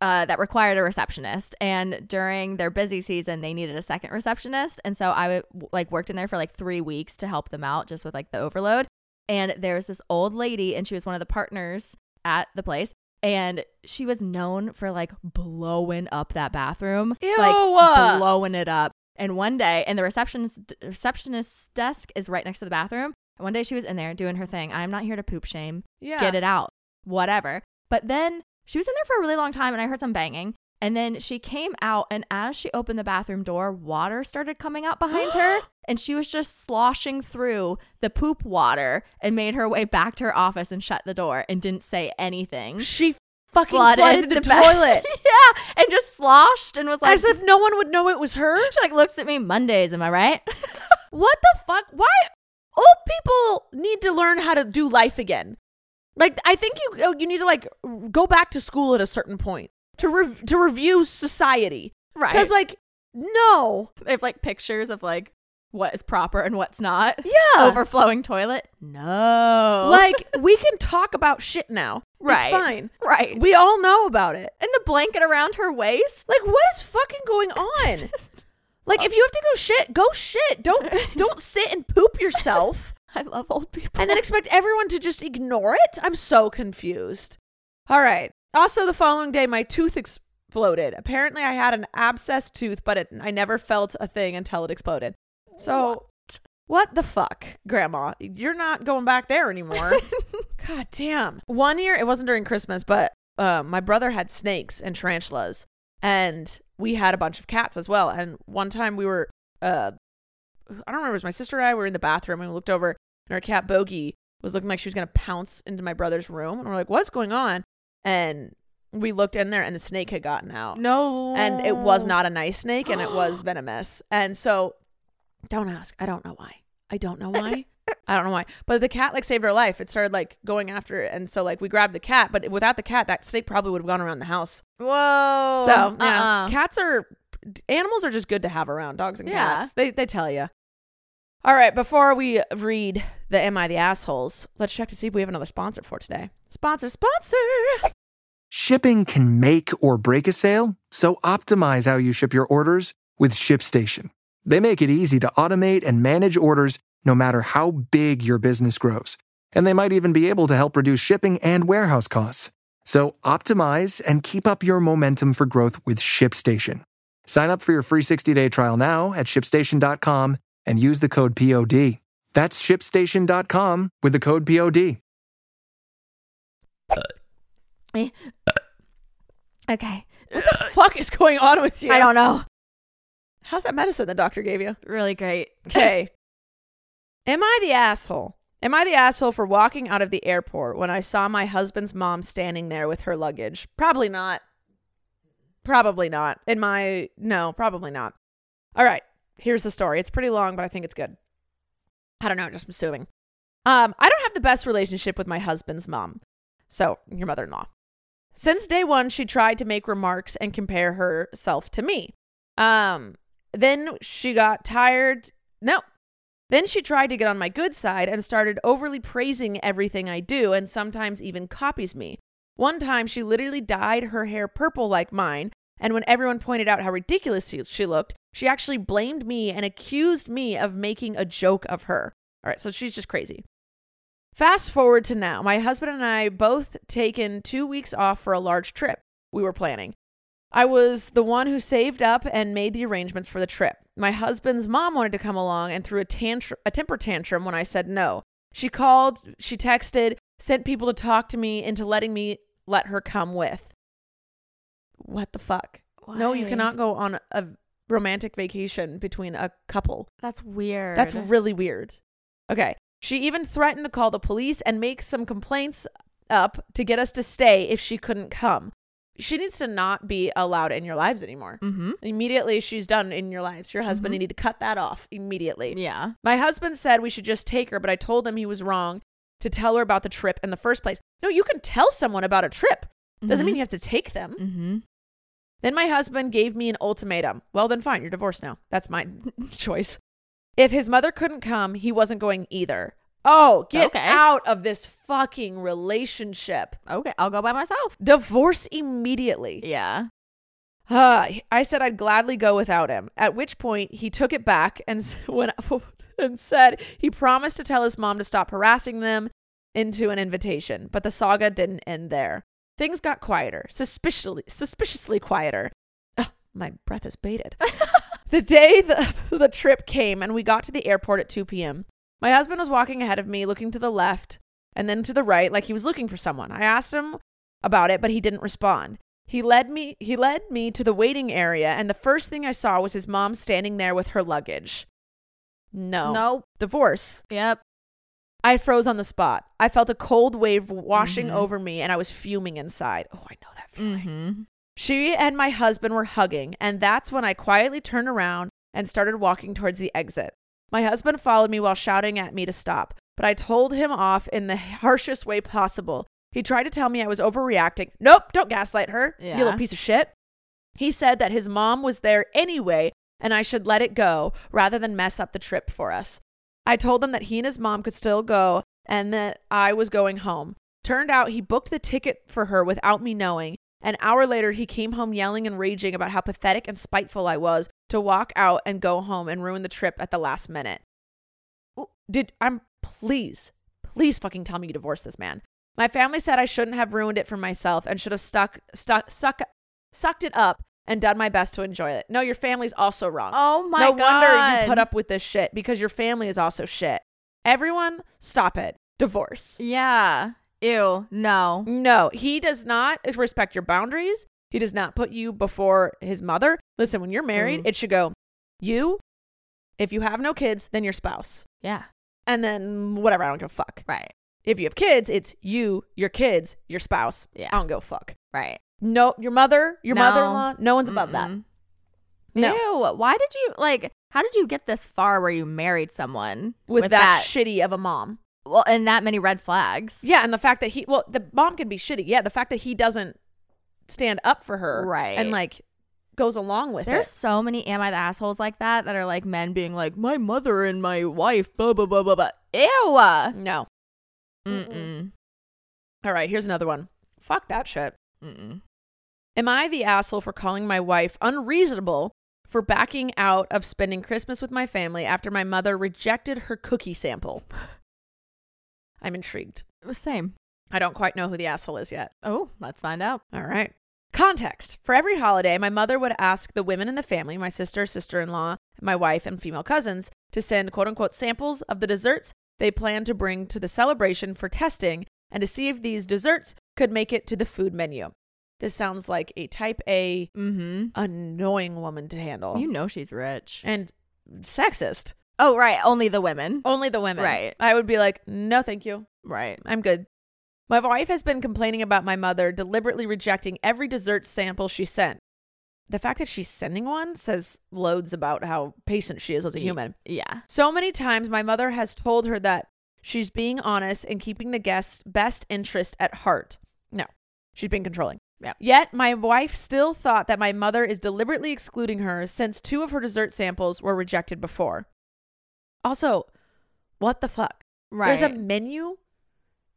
Speaker 4: uh, that required a receptionist and during their busy season they needed a second receptionist and so I w- like worked in there for like 3 weeks to help them out just with like the overload and there was this old lady and she was one of the partners at the place and she was known for like blowing up that bathroom
Speaker 3: Ew.
Speaker 4: like blowing it up and one day and the receptionist receptionist's desk is right next to the bathroom and one day she was in there doing her thing i'm not here to poop shame
Speaker 3: Yeah.
Speaker 4: get it out, whatever. But then she was in there for a really long time and I heard some banging. And then she came out, and as she opened the bathroom door, water started coming out behind her. And she was just sloshing through the poop water and made her way back to her office and shut the door and didn't say anything.
Speaker 3: She fucking flooded, the,
Speaker 4: ba-
Speaker 3: toilet
Speaker 4: yeah. And just sloshed and was like,
Speaker 3: as if no one would know it was her.
Speaker 4: she like looks at me Mondays, am I right?
Speaker 3: What the fuck? Why? Old people need to learn how to do life again. Like I think you you need to like go back to school at a certain point to rev to review society.
Speaker 4: right.
Speaker 3: Because like no,
Speaker 4: they have like pictures of like what is proper and what's not.
Speaker 3: Yeah.
Speaker 4: Overflowing toilet. No.
Speaker 3: like we can talk about shit now.
Speaker 4: Oh. Right.
Speaker 3: it's fine.
Speaker 4: right.
Speaker 3: We all know about it.
Speaker 4: and the blanket around her waist.
Speaker 3: Like what is fucking going on? like if you have to go shit, go shit. Don't don't sit and poop yourself.
Speaker 4: I love old people.
Speaker 3: and then expect everyone to just ignore it? I'm so confused. All right. Also, the following day, my tooth exploded. Apparently, I had an abscessed tooth, but it, I never felt a thing until it exploded. So What the fuck, Grandma? You're not going back there anymore. God damn. One year, it wasn't during Christmas, but uh, my brother had snakes and tarantulas, and we had a bunch of cats as well. And one time we were, uh, I don't remember, it was my sister and I were in the bathroom and we looked over, and our cat Bogey was looking like she was going to pounce into my brother's room. And we're like, what's going on? And we looked in there, and the snake had gotten out.
Speaker 4: No.
Speaker 3: And it was not a nice snake, and it was venomous. And so don't ask. I don't know why. I don't know why. I don't know why. But the cat like saved our life. It started like going after it, and so like we grabbed the cat. But without the cat, that snake probably would have gone around the house.
Speaker 4: Whoa.
Speaker 3: so yeah,
Speaker 4: uh-uh.
Speaker 3: cats are animals are just good to have around. Dogs and
Speaker 4: Yeah.
Speaker 3: cats, they they tell you. All right. Before we read the "Am I the Assholes," let's check to see if we have another sponsor for today. Sponsor, sponsor.
Speaker 4: Uh,
Speaker 6: Shipping can make or break a sale, so optimize how you ship your orders with ShipStation. They make it easy to automate and manage orders no matter how big your business grows. And they might even be able to help reduce shipping and warehouse costs. So optimize and keep up your momentum for growth with ShipStation. Sign up for your free 60-day trial now at shipstation.com and use the code POD. That's shipstation.com with the code POD.
Speaker 4: okay.
Speaker 3: What the fuck is going on with you?
Speaker 4: I don't know.
Speaker 3: How's that medicine the doctor gave you?
Speaker 4: Really great.
Speaker 3: Okay. Am I the asshole? Am I the asshole for walking out of the airport when I saw my husband's mom standing there with her luggage? Probably not. Probably not. In my, no, probably not. All right. Here's the story. It's pretty long, but I think it's good. I don't know. Just assuming. Um, I don't have the best relationship with my husband's mom. So, your mother in law. Since day one, she tried to make remarks and compare herself to me. Um, then she got tired. No. Then she tried to get on my good side and started overly praising everything I do and sometimes even copies me. One time, she literally dyed her hair purple like mine, and when everyone pointed out how ridiculous she, she looked, she actually blamed me and accused me of making a joke of her. All right, so she's just crazy. Fast forward to now, my husband and I both taken two weeks off for a large trip we were planning. I was the one who saved up and made the arrangements for the trip. My husband's mom wanted to come along and threw a, tantr- a temper tantrum when I said no. She called, she texted, sent people to talk to me into letting me let her come with. What the fuck? No, you
Speaker 4: Why?
Speaker 3: cannot go on a romantic vacation between a couple.
Speaker 4: That's weird.
Speaker 3: That's really weird. Okay. She even threatened to call the police and make some complaints up to get us to stay if she couldn't come. She needs to not be allowed in your lives anymore.
Speaker 4: Mm-hmm.
Speaker 3: Immediately, she's done in your lives. Your husband, you
Speaker 4: Mhm.
Speaker 3: need to cut that off immediately.
Speaker 4: Yeah.
Speaker 3: My husband said we should just take her, but I told him he was wrong to tell her about the trip in the first place. No, you can tell someone about a trip. Doesn't mean you have to take them.
Speaker 4: Mm-hmm.
Speaker 3: Then my husband gave me an ultimatum. Well, then fine, you're divorced now. That's my choice. If his mother couldn't come, he wasn't going either. Oh, get
Speaker 4: Okay.
Speaker 3: out of this fucking relationship.
Speaker 4: Mm-hmm. Okay. I'll go by myself.
Speaker 3: Divorce immediately.
Speaker 4: Yeah.
Speaker 3: Ah, I said I'd gladly go without him. At which point, he took it back and s- went and said he promised to tell his mom to stop harassing them into an invitation. But the saga didn't end there. Things got quieter, suspiciously, suspiciously quieter. Ugh, my breath is bated. The day the, the trip came and we got to the airport at 2 p.m., my husband was walking ahead of me, looking to the left and then to the right, like he was looking for someone. I asked him about it, but he didn't respond. He led me he led me to the waiting area, and the first thing I saw was his mom standing there with her luggage. No.
Speaker 4: Nope.
Speaker 3: Divorce.
Speaker 4: Yep.
Speaker 3: I froze on the spot. I felt a cold wave washing
Speaker 4: Mhm.
Speaker 3: over me, and I was fuming inside. Oh, I know that feeling.
Speaker 4: Mm-hmm.
Speaker 3: She and my husband were hugging, and that's when I quietly turned around and started walking towards the exit. My husband followed me while shouting at me to stop, but I told him off in the harshest way possible. He tried to tell me I was overreacting. Nope, don't gaslight her, you
Speaker 4: Yeah.
Speaker 3: little piece of shit. He said that his mom was there anyway, and I should let it go rather than mess up the trip for us. I told him that he and his mom could still go and that I was going home. Turned out he booked the ticket for her without me knowing. An hour later, he came home yelling and raging about how pathetic and spiteful I was to walk out and go home and ruin the trip at the last minute. Did I'm please, please fucking tell me you divorced this man. My family said I shouldn't have ruined it for myself and should have stuck, stuck, suck, sucked it up and done my best to enjoy it. No, your family's also wrong.
Speaker 4: Oh my
Speaker 3: no wonder
Speaker 4: God.
Speaker 3: you put up with this shit because your family is also shit. Everyone, stop it. Divorce.
Speaker 4: Yeah. Ew. No.
Speaker 3: No, he does not respect your boundaries. He does not put you before his mother. Listen, when you're married,
Speaker 4: Mm.
Speaker 3: it should go you, if you have no kids, then your spouse.
Speaker 4: Yeah.
Speaker 3: And then whatever, I don't give a fuck.
Speaker 4: Right.
Speaker 3: If you have kids, it's you, your kids, your spouse.
Speaker 4: Yeah.
Speaker 3: I don't give a fuck.
Speaker 4: Right. Mm-hmm.
Speaker 3: No, your mother, your
Speaker 4: No.
Speaker 3: mother in law, no one's above that.
Speaker 4: Mm-mm.
Speaker 3: No.
Speaker 4: Ew. Why did you like? How did you get this far where you married someone
Speaker 3: With, that, shitty of a mom.
Speaker 4: well, and that many red flags?
Speaker 3: Yeah, and the fact that he, well, the mom can be shitty. Yeah, the fact that he doesn't stand up for her.
Speaker 4: Right.
Speaker 3: And like goes along with
Speaker 4: There's
Speaker 3: it.
Speaker 4: so many am I the assholes like that that are like men being like my mother and my wife blah blah blah blah blah. Ew.
Speaker 3: No.
Speaker 4: Mm-mm.
Speaker 3: All right, here's another one. Fuck that shit.
Speaker 4: Mm-mm.
Speaker 3: Am I the asshole for calling my wife unreasonable for backing out of spending Christmas with my family after my mother rejected her cookie sample? I'm intrigued.
Speaker 4: Same.
Speaker 3: I don't quite know who the asshole is yet.
Speaker 4: Oh, let's find out.
Speaker 3: All right. Context. For every holiday, my mother would ask the women in the family, my sister, sister in law, my wife, and female cousins, to send quote unquote samples of the desserts they planned to bring to the celebration for testing and to see if these desserts could make it to the food menu. This sounds like a type A
Speaker 4: Mm-hmm.
Speaker 3: annoying woman to handle
Speaker 4: You know she's rich.
Speaker 3: and sexist.
Speaker 4: Oh right, only the women.
Speaker 3: Only the women.
Speaker 4: Right.
Speaker 3: I would be like, no, thank you.
Speaker 4: Right.
Speaker 3: I'm good. My wife has been complaining about my mother deliberately rejecting every dessert sample she sent. The fact that she's sending one says loads about how patient she is as a human.
Speaker 4: Yeah.
Speaker 3: So many times, my mother has told her that she's being honest and keeping the guest's best interest at heart. No, she's being controlling.
Speaker 4: Yep.
Speaker 3: Yet, my wife still thought that my mother is deliberately excluding her since two of her dessert samples were rejected before. Also, what the fuck?
Speaker 4: Right.
Speaker 3: There's a menu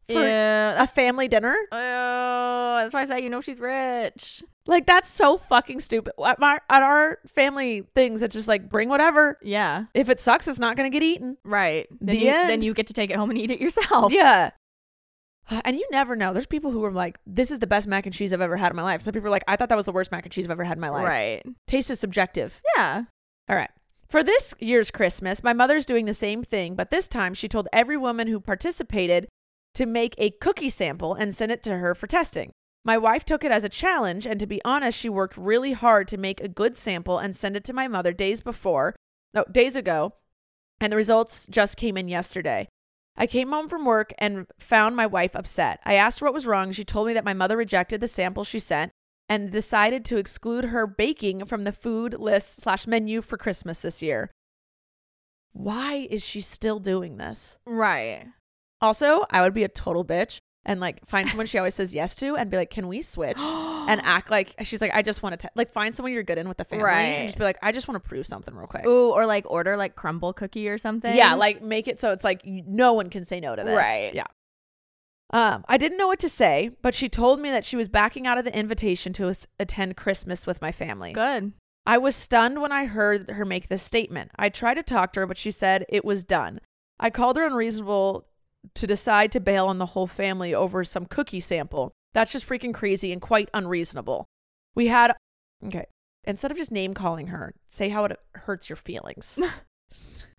Speaker 3: for
Speaker 4: Yeah,
Speaker 3: a family dinner.
Speaker 4: Oh, that's why I say you know she's rich.
Speaker 3: Like that's so fucking stupid. At, my, at our family things, it's just like bring whatever.
Speaker 4: Yeah,
Speaker 3: If it sucks, it's not gonna get eaten.
Speaker 4: right. Then
Speaker 3: The
Speaker 4: you, Then
Speaker 3: end.
Speaker 4: you get to take it home and eat it yourself.
Speaker 3: Yeah. And you never know. There's people who are like, "This is the best mac and cheese I've ever had in my life." Some people are like, "I thought that was the worst mac and cheese I've ever had in my life."
Speaker 4: Right.
Speaker 3: Taste is subjective.
Speaker 4: Yeah.
Speaker 3: All right. For this year's Christmas, my mother's doing the same thing, but this time she told every woman who participated to make a cookie sample and send it to her for testing. My wife took it as a challenge, and to be honest, she worked really hard to make a good sample and send it to my mother days before, no, days ago, and the results just came in yesterday. I came home from work and found my wife upset. I asked her what was wrong. She told me that my mother rejected the sample she sent and decided to exclude her baking from the food list slash menu for Christmas this year. Why is she still doing this?
Speaker 4: Right.
Speaker 3: Also, I would be a total bitch and like find someone she always says yes to and be like, "Can we switch?" and act like she's like, "I just want to like find someone you're good in with the family."
Speaker 4: Right.
Speaker 3: And just be like, "I just want to prove something real quick."
Speaker 4: Ooh, or like order like crumble cookie or something.
Speaker 3: Yeah, like make it so it's like you- no one can say no to this.
Speaker 4: Right.
Speaker 3: Yeah. Um, I didn't know what to say, but she told me that she was backing out of the invitation to as- attend Christmas with my family.
Speaker 4: good.
Speaker 3: I was stunned when I heard her make this statement. I tried to talk to her, but she said it was done. I called her unreasonable to decide to bail on the whole family over some cookie sample. That's just freaking crazy and quite unreasonable. We had, okay, instead of just name calling her, say how it hurts your feelings.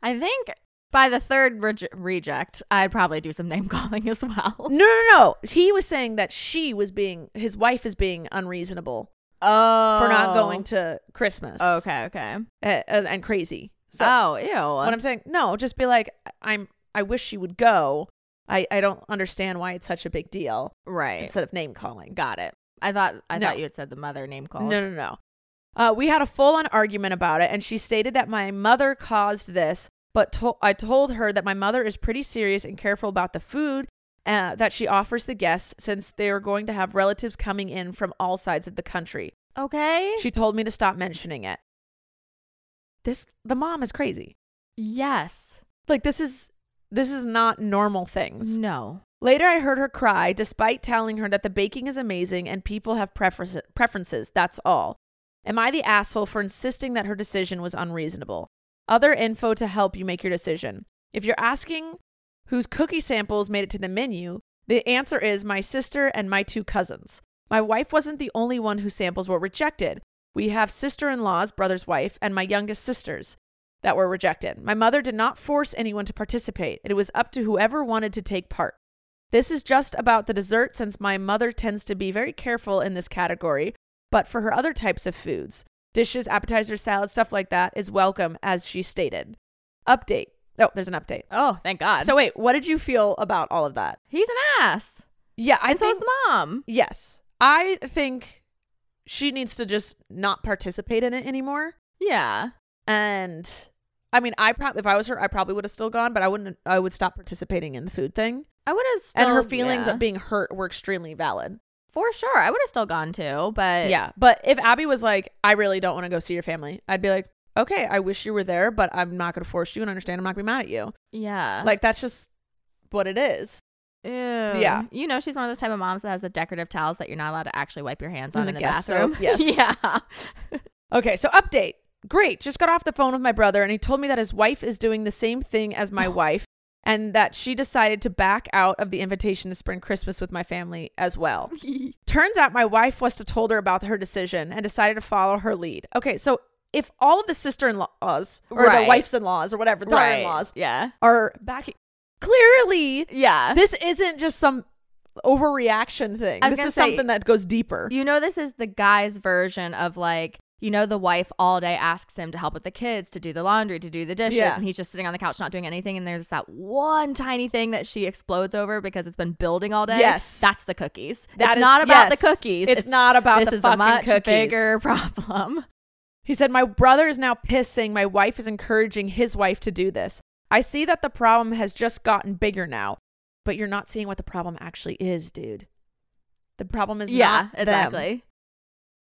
Speaker 4: I think by the third reje- reject, I'd probably do some name calling as well.
Speaker 3: No, no, no. He was saying that she was being, his wife is being unreasonable
Speaker 4: Oh,
Speaker 3: for not going to Christmas.
Speaker 4: Okay. Okay.
Speaker 3: Uh, and, and crazy. So
Speaker 4: oh, ew.
Speaker 3: what I'm saying, no, just be like, I'm. I wish she would go. I I don't understand why it's such a big deal.
Speaker 4: right.
Speaker 3: Instead of name calling.
Speaker 4: Got it. I thought I
Speaker 3: No.
Speaker 4: thought you had said the mother name called.
Speaker 3: No, no, no. Uh, we had a full on argument about it, and she stated that my mother caused this, but to- I told her that my mother is pretty serious and careful about the food uh, that she offers the guests since they are going to have relatives coming in from all sides of the country.
Speaker 4: Okay.
Speaker 3: She told me to stop mentioning it. This, the mom is crazy.
Speaker 4: yes.
Speaker 3: Like, this is. This is not normal things.
Speaker 4: No.
Speaker 3: Later, I heard her cry despite telling her that the baking is amazing and people have preference- preferences. That's all. Am I the asshole for insisting that her decision was unreasonable? Other info to help you make your decision. If you're asking whose cookie samples made it to the menu, the answer is my sister and my two cousins. My wife wasn't the only one whose samples were rejected. We have sister in laws, brother's wife, and my youngest sisters that were rejected. My mother did not force anyone to participate, it was up to whoever wanted to take part. This is just about the dessert since my mother tends to be very careful in this category, but for her other types of foods, dishes, appetizers, salad, stuff like that, is welcome, as she stated. Update. Oh, there's an update.
Speaker 4: Oh, thank God.
Speaker 3: So, wait, what did you feel about all of that?
Speaker 4: he's an ass.
Speaker 3: Yeah, I
Speaker 4: and so
Speaker 3: think
Speaker 4: is the mom.
Speaker 3: Yes. I think she needs to just not participate in it anymore.
Speaker 4: Yeah.
Speaker 3: And I mean, I probably if I was her, I probably would have still gone, but I wouldn't I would stop participating in the food thing.
Speaker 4: I would have still
Speaker 3: and her feelings
Speaker 4: yeah.
Speaker 3: of being hurt were extremely valid.
Speaker 4: for sure. I would have still gone too, but
Speaker 3: yeah. But if Abby was like, I really don't want to go see your family, I'd be like, Okay, I wish you were there, but I'm not gonna force you and understand I'm not gonna be mad at you.
Speaker 4: yeah,
Speaker 3: Like that's just what it is.
Speaker 4: Ew.
Speaker 3: Yeah.
Speaker 4: You know, she's one of those type of moms that has the decorative towels that you're not allowed to actually wipe your hands on
Speaker 3: And
Speaker 4: in
Speaker 3: the
Speaker 4: the,
Speaker 3: guest
Speaker 4: bathroom.
Speaker 3: soap, yes.
Speaker 4: yeah.
Speaker 3: Okay, so update. Great. Just got off the phone with my brother, and he told me that his wife is doing the same thing as my wife, and that she decided to back out of the invitation to spend Christmas with my family as well. Turns out my wife was to told her about her decision and decided to follow her lead. Okay, so if all of the sister in laws or the
Speaker 4: Right.
Speaker 3: wife's in laws or whatever, daughter in laws
Speaker 4: Yeah.
Speaker 3: are backing, clearly
Speaker 4: Yeah.
Speaker 3: this isn't just some overreaction thing.
Speaker 4: I was
Speaker 3: This
Speaker 4: gonna
Speaker 3: is
Speaker 4: say-
Speaker 3: something that goes deeper.
Speaker 4: You know, this is the guy's version of like, you know, the wife all day asks him to help with the kids, to do the laundry, to do the dishes,
Speaker 3: Yeah.
Speaker 4: and he's just sitting on the couch not doing anything. And there's that one tiny thing that she explodes over because it's been building all day.
Speaker 3: Yes.
Speaker 4: that's the cookies.
Speaker 3: That
Speaker 4: it's
Speaker 3: is-
Speaker 4: not about the
Speaker 3: yes.
Speaker 4: cookies.
Speaker 3: It's not about
Speaker 4: this
Speaker 3: the
Speaker 4: is
Speaker 3: fucking
Speaker 4: a much
Speaker 3: cookies.
Speaker 4: bigger problem.
Speaker 3: He said, My brother is now pissing. My wife is encouraging his wife to do this. I see that the problem has just gotten bigger now, but you're not seeing what the problem actually is, dude. The problem is
Speaker 4: yeah,
Speaker 3: not them.
Speaker 4: exactly.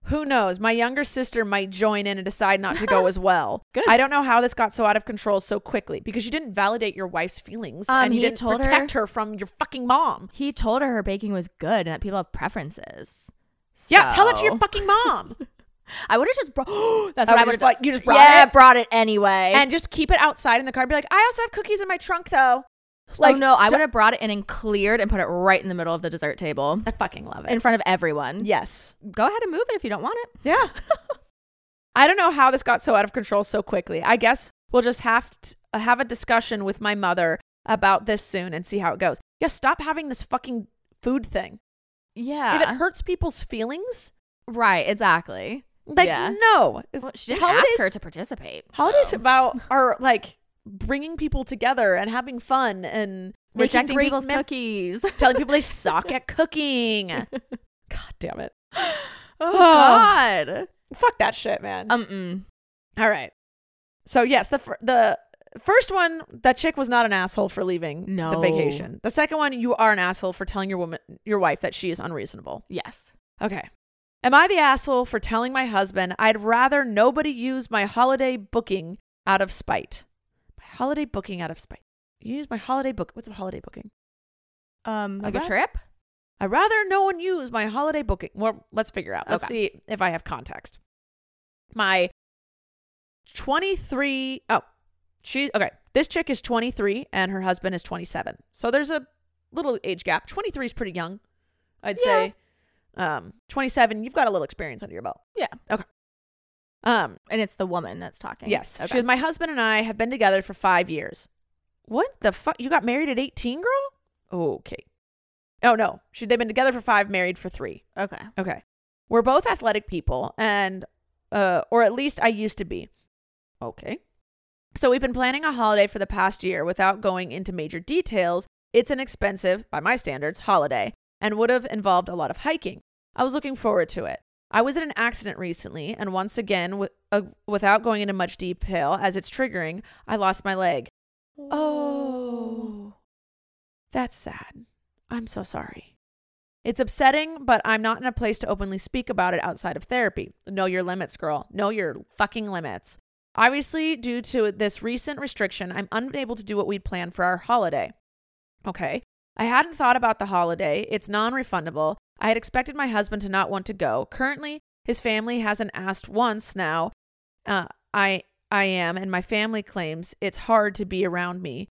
Speaker 3: Who knows? My younger sister might join in and decide not to go as well.
Speaker 4: Good.
Speaker 3: I don't know how this got so out of control so quickly because you didn't validate your wife's feelings
Speaker 4: Um,
Speaker 3: and you
Speaker 4: he
Speaker 3: didn't
Speaker 4: told her-
Speaker 3: protect her from your fucking mom.
Speaker 4: He told her her baking was good and that people have preferences.
Speaker 3: Yeah, tell it to
Speaker 4: So-
Speaker 3: your fucking mom
Speaker 4: I would have just brought. That's
Speaker 3: I
Speaker 4: what
Speaker 3: would've
Speaker 4: I would
Speaker 3: just
Speaker 4: have
Speaker 3: brought- you just brought
Speaker 4: yeah,
Speaker 3: it?
Speaker 4: brought it anyway.
Speaker 3: and just keep it outside in the car. Be like, I also have cookies in my trunk though.
Speaker 4: oh no, I would have brought it in and cleared and put it right in the middle of the dessert table
Speaker 3: I fucking love it.
Speaker 4: in front of everyone.
Speaker 3: yes.
Speaker 4: Go ahead and move it if you don't want it. Yeah.
Speaker 3: I don't know how this got so out of control so quickly. I guess we'll just have to have a discussion with my mother about this soon and see how it goes. Yeah, stop having this fucking food thing. If it
Speaker 4: yeah.
Speaker 3: hurts people's feelings,
Speaker 4: right. Exactly.
Speaker 3: like
Speaker 4: Yeah.
Speaker 3: no.
Speaker 4: Well, she didn't
Speaker 3: holidays,
Speaker 4: ask her to participate.
Speaker 3: holidays
Speaker 4: so.
Speaker 3: about are like bringing people together and having fun and making
Speaker 4: rejecting
Speaker 3: great
Speaker 4: people's
Speaker 3: mem-
Speaker 4: cookies.
Speaker 3: telling people they suck at cooking. God damn it.
Speaker 4: oh God.
Speaker 3: Fuck that shit, man.
Speaker 4: Um. mm.
Speaker 3: All right. So yes, the fir- the first one, that chick was not an asshole for leaving the
Speaker 4: No.
Speaker 3: vacation. The second one, you are an asshole for telling your woman your wife that she is unreasonable.
Speaker 4: Yes.
Speaker 3: Okay. Am I the asshole for telling my husband I'd rather nobody use my holiday booking out of spite? My holiday booking out of spite. You use my holiday book. What's a holiday booking?
Speaker 4: Um. Like
Speaker 3: I'd
Speaker 4: a
Speaker 3: rather-
Speaker 4: trip.
Speaker 3: I'd rather no one use my holiday booking. Well, let's figure out. Let's
Speaker 4: Okay.
Speaker 3: see if I have context. My 23 oh she okay this chick is 23 and her husband is 27 so there's a little age gap 23 is pretty young i'd say um 27 you've got a little experience under your belt
Speaker 4: Yeah.
Speaker 3: um
Speaker 4: And it's the woman that's talking.
Speaker 3: yes
Speaker 4: Okay.
Speaker 3: she says, my husband and i have been together for five years what the fuck you got married at 18 girl okay oh no she, they've been together for five married for three
Speaker 4: okay.
Speaker 3: Okay. We're both athletic people and uh or at least I used to be. Okay. So we've been planning a holiday for the past year without going into major details. It's an expensive, by my standards, holiday and would have involved a lot of hiking. I was looking forward to it. I was in an accident recently, and once again, wi- uh, without going into much detail, as it's triggering, I lost my leg. Oh, that's sad. I'm so sorry. It's upsetting, but I'm not in a place to openly speak about it outside of therapy. Know your limits, girl. Know your fucking limits. Obviously, due to this recent restriction, I'm unable to do what we'd planned for our holiday. Okay. I hadn't thought about the holiday. It's non refundable. I had expected my husband to not want to go. Currently, his family hasn't asked once now. Uh, I I am, and my family claims it's hard to be around me.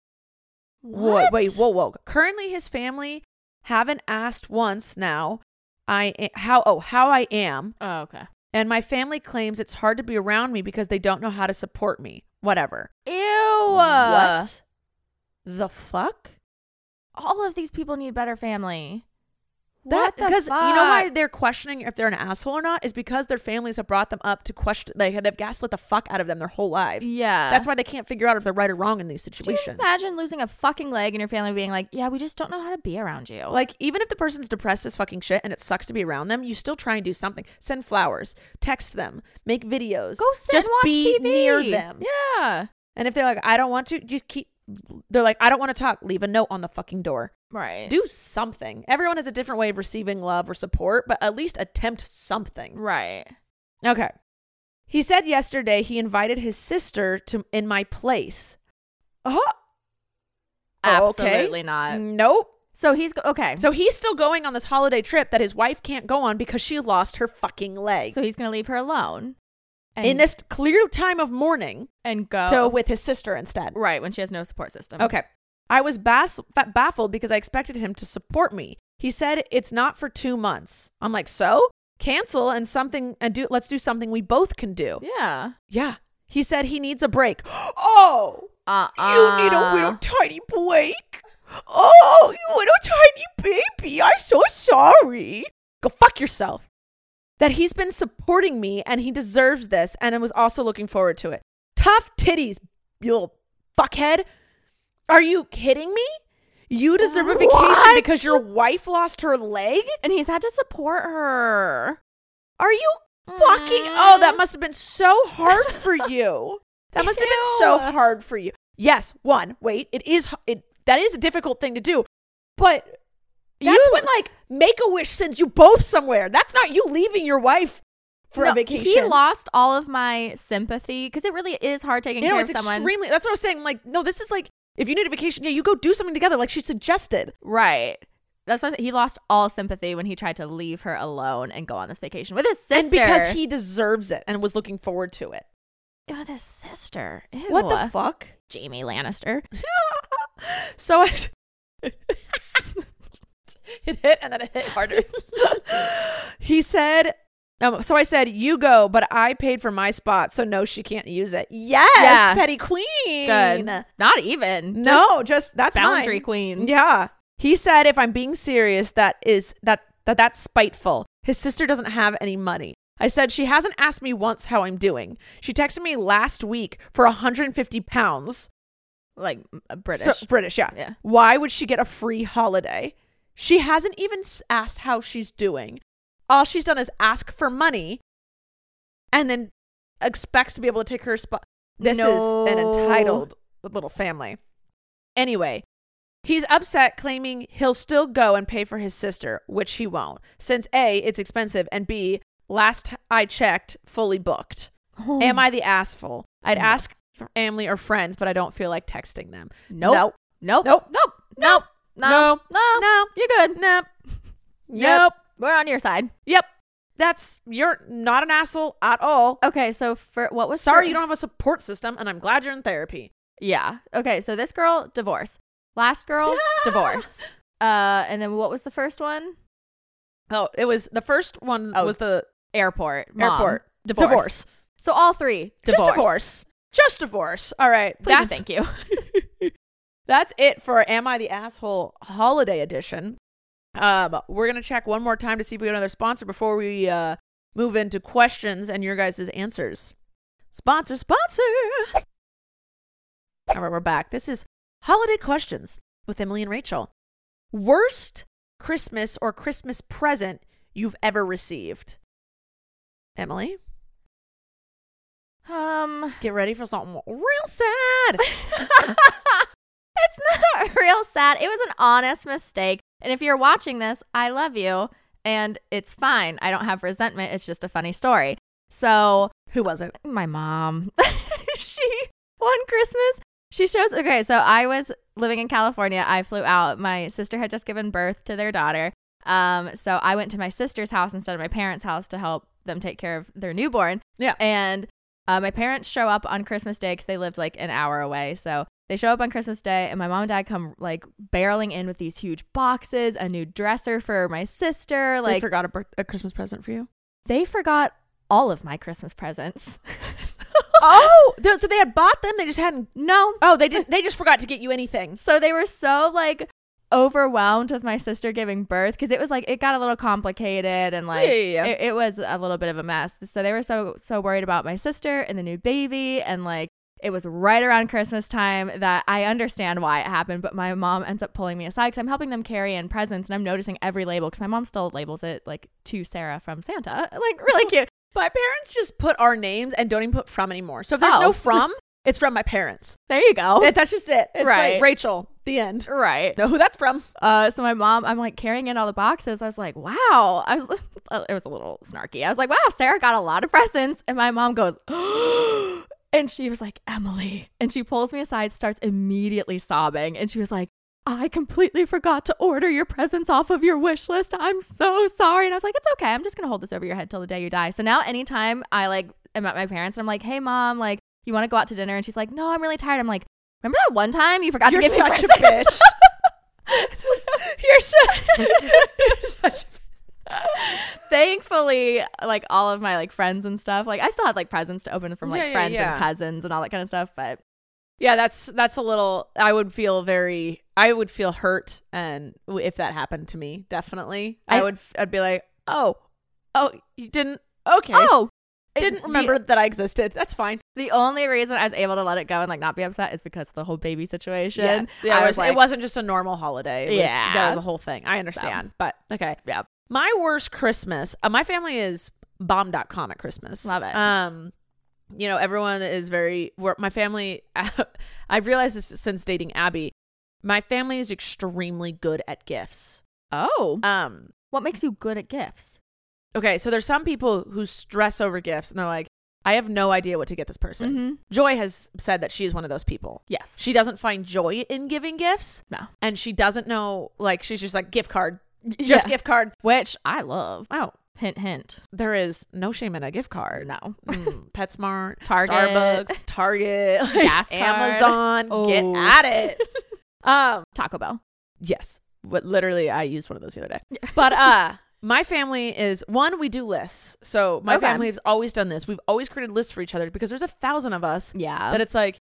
Speaker 3: Whoa,
Speaker 4: What?
Speaker 3: wait, whoa, whoa. Currently, his family haven't asked once now. I a- how oh how I am,
Speaker 4: Oh, okay.
Speaker 3: and my family claims it's hard to be around me because they don't know how to support me. Whatever.
Speaker 4: Ew.
Speaker 3: What the fuck?
Speaker 4: All of these people need better family.
Speaker 3: That
Speaker 4: What the
Speaker 3: because you know why
Speaker 4: fuck?
Speaker 3: they're questioning if they're an asshole or not is because their families have brought them up to question. They have gaslit the fuck out of them their whole lives.
Speaker 4: Yeah.
Speaker 3: That's why they can't figure out if they're right or wrong in these
Speaker 4: Can you
Speaker 3: situations.
Speaker 4: imagine losing a fucking leg and your family being like, "Yeah, we just don't know how to be around you."
Speaker 3: Like even if the person's depressed as fucking shit and it sucks to be around them, you still try and do something. Send flowers, text them, make videos,
Speaker 4: go sit
Speaker 3: just
Speaker 4: and watch
Speaker 3: be
Speaker 4: TV
Speaker 3: near them.
Speaker 4: Yeah.
Speaker 3: And if they're like, I don't want to, you keep. They're like, I don't want to talk. Leave a note on the fucking door.
Speaker 4: Right.
Speaker 3: Do something. Everyone has a different way of receiving love or support, but at least attempt something.
Speaker 4: right.
Speaker 3: Okay. He said yesterday he invited his sister to in my place. Oh, okay.
Speaker 4: Absolutely not.
Speaker 3: Nope.
Speaker 4: So he's go- okay.
Speaker 3: So he's still going on this holiday trip that his wife can't go on because she lost her fucking leg.
Speaker 4: So he's gonna leave her alone. And, Oh.
Speaker 3: in this clear time of mourning
Speaker 4: and go
Speaker 3: to with his sister instead.
Speaker 4: right when she has no support system.
Speaker 3: Okay. I was bas- fa- baffled because I expected him to support me. He said it's not for 2 months. I'm like, "So? Cancel and something and do let's do something we both can do."
Speaker 4: Yeah.
Speaker 3: Yeah. He said he needs a break. oh.
Speaker 4: Uh.
Speaker 3: You need a
Speaker 4: Uh-uh.
Speaker 3: little tiny Blake. Oh, you little tiny baby. I'm so sorry. Go fuck yourself. That he's been supporting me and he deserves this and I was also looking forward to it. Tough titties, you little fuckhead. Are you kidding me? You deserve a vacation
Speaker 4: What?
Speaker 3: because your wife lost her leg?
Speaker 4: And he's had to support her.
Speaker 3: Are you fucking oh
Speaker 4: Mm.
Speaker 3: that must have been so hard for you that must have been so
Speaker 4: Ew.
Speaker 3: hard for you yes one wait it is h- it that is a difficult thing to do but that's
Speaker 4: You-
Speaker 3: when like make a wish sends you both somewhere that's not you leaving your wife for
Speaker 4: No,
Speaker 3: a vacation
Speaker 4: He lost all of my sympathy because it really is hard taking
Speaker 3: you know
Speaker 4: care
Speaker 3: it's
Speaker 4: of someone.
Speaker 3: extremely that's what i was saying like no this is like if you need a vacation yeah you go do something together like she suggested
Speaker 4: Right. That's why he lost all sympathy when he tried to leave her alone and go on this vacation with his sister.
Speaker 3: and because he deserves it and was looking forward to it
Speaker 4: with his sister. Ew.
Speaker 3: what the fuck
Speaker 4: Jamie Lannister.
Speaker 3: so I. it hit and then it hit harder. he said. Um, so I said, "You go, but I paid for my spot, so no, she can't use it." Yes,
Speaker 4: Yeah.
Speaker 3: petty queen.
Speaker 4: Good. Not even. Just
Speaker 3: No, just, that's
Speaker 4: boundary
Speaker 3: mine.
Speaker 4: queen.
Speaker 3: Yeah, he said, "If I'm being serious, that is that that that's spiteful." His sister doesn't have any money. I said she hasn't asked me once how I'm doing. She texted me last week for 150 pounds.
Speaker 4: Like a British.
Speaker 3: So- British, yeah.
Speaker 4: Yeah.
Speaker 3: Why would she get a free holiday? She hasn't even s- asked how she's doing. All she's done is ask for money and then expects to be able to take her spot. This is an
Speaker 4: No.
Speaker 3: entitled little family. Anyway, he's upset, claiming he'll still go and pay for his sister, which he won't, since A, it's expensive, and B, last I checked, fully booked. Am I the asshole? I'd ask family or friends, but I don't feel like texting them.
Speaker 4: Nope.
Speaker 3: Nope.
Speaker 4: Nope.
Speaker 3: Nope.
Speaker 4: Nope. Nope. No.
Speaker 3: No. No.
Speaker 4: You're good.
Speaker 3: Nope.
Speaker 4: Yep.
Speaker 3: Yep.
Speaker 4: We're on your side.
Speaker 3: Yep. That's you're not an asshole at all.
Speaker 4: Okay, so for what was
Speaker 3: Sorry
Speaker 4: for-
Speaker 3: you don't have a support system, and I'm glad you're in therapy.
Speaker 4: Yeah. Okay, so this girl divorce. Last girl divorce. Uh and then what was the first one?
Speaker 3: Oh, it was the first one
Speaker 4: Oh,
Speaker 3: was the
Speaker 4: Airport. Mom.
Speaker 3: airport
Speaker 4: Divorce.
Speaker 3: divorce.
Speaker 4: So all three. Divorce.
Speaker 3: Just divorce. Just divorce. All right.
Speaker 4: Please and
Speaker 3: that's
Speaker 4: thank you.
Speaker 3: that's it for Am I the Asshole Holiday Edition. Um, we're gonna check one more time to see if we got another sponsor before we uh move into questions and your guys' answers. Sponsor, sponsor. All right, we're back. This is Holiday Questions with Emily and Rachel. Worst Christmas or Christmas present you've ever received. Emily,
Speaker 4: Um
Speaker 3: get ready for something real sad.
Speaker 4: It's not real sad. It was an honest mistake. And if you're watching this, I love you and it's fine. I don't have resentment. It's just a funny story. So,
Speaker 3: Who was it?
Speaker 4: my mom. she one Christmas, she shows okay, so I was living in California. I flew out. My sister had just given birth to their daughter. Um, so I went to my sister's house instead of my parents' house to help them take care of their newborn.
Speaker 3: Yeah.
Speaker 4: And uh, my parents show up on Christmas Day because they lived like an hour away. So they show up on Christmas Day, and my mom and dad come like barreling in with these huge boxes, a new dresser for my sister.
Speaker 3: Like,
Speaker 4: Like
Speaker 3: forgot a, birth- a Christmas present for you?
Speaker 4: they forgot all of my Christmas presents.
Speaker 3: oh, th- so they had bought them. They just hadn't.
Speaker 4: no.
Speaker 3: Oh, they didn't. They just forgot to get you anything.
Speaker 4: So they were so like overwhelmed with my sister giving birth because it was like it got a little complicated and like
Speaker 3: Yeah, yeah, yeah.
Speaker 4: It, it was a little bit of a mess. So they were so so worried about my sister and the new baby and like it was right around Christmas time that I understand why it happened, but my mom ends up pulling me aside because I'm helping them carry in presents and I'm noticing every label because my mom still labels it like to Sarah from Santa, like really cute.
Speaker 3: My parents just put our names and don't even put from anymore. So if there's no
Speaker 4: Oh.
Speaker 3: from, it's from my parents.
Speaker 4: There you go.
Speaker 3: That- That's just it. It's
Speaker 4: Right.
Speaker 3: like Rachel. The end.
Speaker 4: right.
Speaker 3: Know who that's from?
Speaker 4: Uh, so my mom, I'm like carrying in all the boxes. I was like, wow. I was, uh, it was a little snarky. I was like, wow, Sarah got a lot of presents. And my mom goes, and she was like, Emily. And she pulls me aside, starts immediately sobbing. And she was like, I completely forgot to order your presents off of your wish list. I'm so sorry. And I was like, it's okay. I'm just going to hold this over your head till the day you die. So now anytime I like am at my parents and I'm like, hey, mom, like, you want to go out to dinner? And she's like, no, I'm really tired. I'm like, remember that one time you forgot
Speaker 3: You're
Speaker 4: to give me
Speaker 3: such a
Speaker 4: presents?"
Speaker 3: bitch. You're so. You're such a
Speaker 4: thankfully like all of my like friends and stuff like i still had like presents to open from like
Speaker 3: Yeah, yeah,
Speaker 4: friends
Speaker 3: yeah.
Speaker 4: and cousins and all that kind of stuff but
Speaker 3: Yeah, that's that's a little. I would feel very. I would feel hurt, and w- if that happened to me, definitely, I,
Speaker 4: I-
Speaker 3: would. f- I'd be like, oh, oh, you didn't. Okay,
Speaker 4: oh it-
Speaker 3: didn't
Speaker 4: the-
Speaker 3: remember that I existed. That's fine.
Speaker 4: the, only reason i was able to let it go and like not be upset is because of the whole baby situation
Speaker 3: Yeah, yeah.
Speaker 4: i
Speaker 3: it,
Speaker 4: was,
Speaker 3: was,
Speaker 4: like
Speaker 3: it wasn't just a normal holiday. It was,
Speaker 4: Yeah.
Speaker 3: that was a whole thing. I understand, but okay.
Speaker 4: yeah
Speaker 3: My worst Christmas. Uh, my family is bomb.com at Christmas.
Speaker 4: Love it.
Speaker 3: Um, you know, everyone is very. we're- My family. I've realized this since dating Abby. My family is extremely good at gifts.
Speaker 4: oh
Speaker 3: Um,
Speaker 4: what makes you good at gifts
Speaker 3: okay, so there's some people who stress over gifts and they're like, I have no idea what to get this person.
Speaker 4: Mhm.
Speaker 3: Joy has said that she is one of those people.
Speaker 4: yes
Speaker 3: She doesn't find joy in giving gifts
Speaker 4: no
Speaker 3: and she doesn't know, like, she's just like, gift card, just
Speaker 4: Yeah.
Speaker 3: gift card.
Speaker 4: which i love
Speaker 3: Oh,
Speaker 4: hint hint
Speaker 3: there is no shame in a gift card.
Speaker 4: no
Speaker 3: Mm, PetSmart,
Speaker 4: Target.
Speaker 3: Starbucks, Target, like,
Speaker 4: Gas card.
Speaker 3: Amazon.
Speaker 4: Oh.
Speaker 3: Get at it. um,
Speaker 4: taco bell
Speaker 3: Yes. What literally I used one of those the other day. But uh my family is one, we do lists. So my
Speaker 4: Okay.
Speaker 3: family has always done this. We've always created lists for each other because there's a thousand of us
Speaker 4: yeah
Speaker 3: that it's like,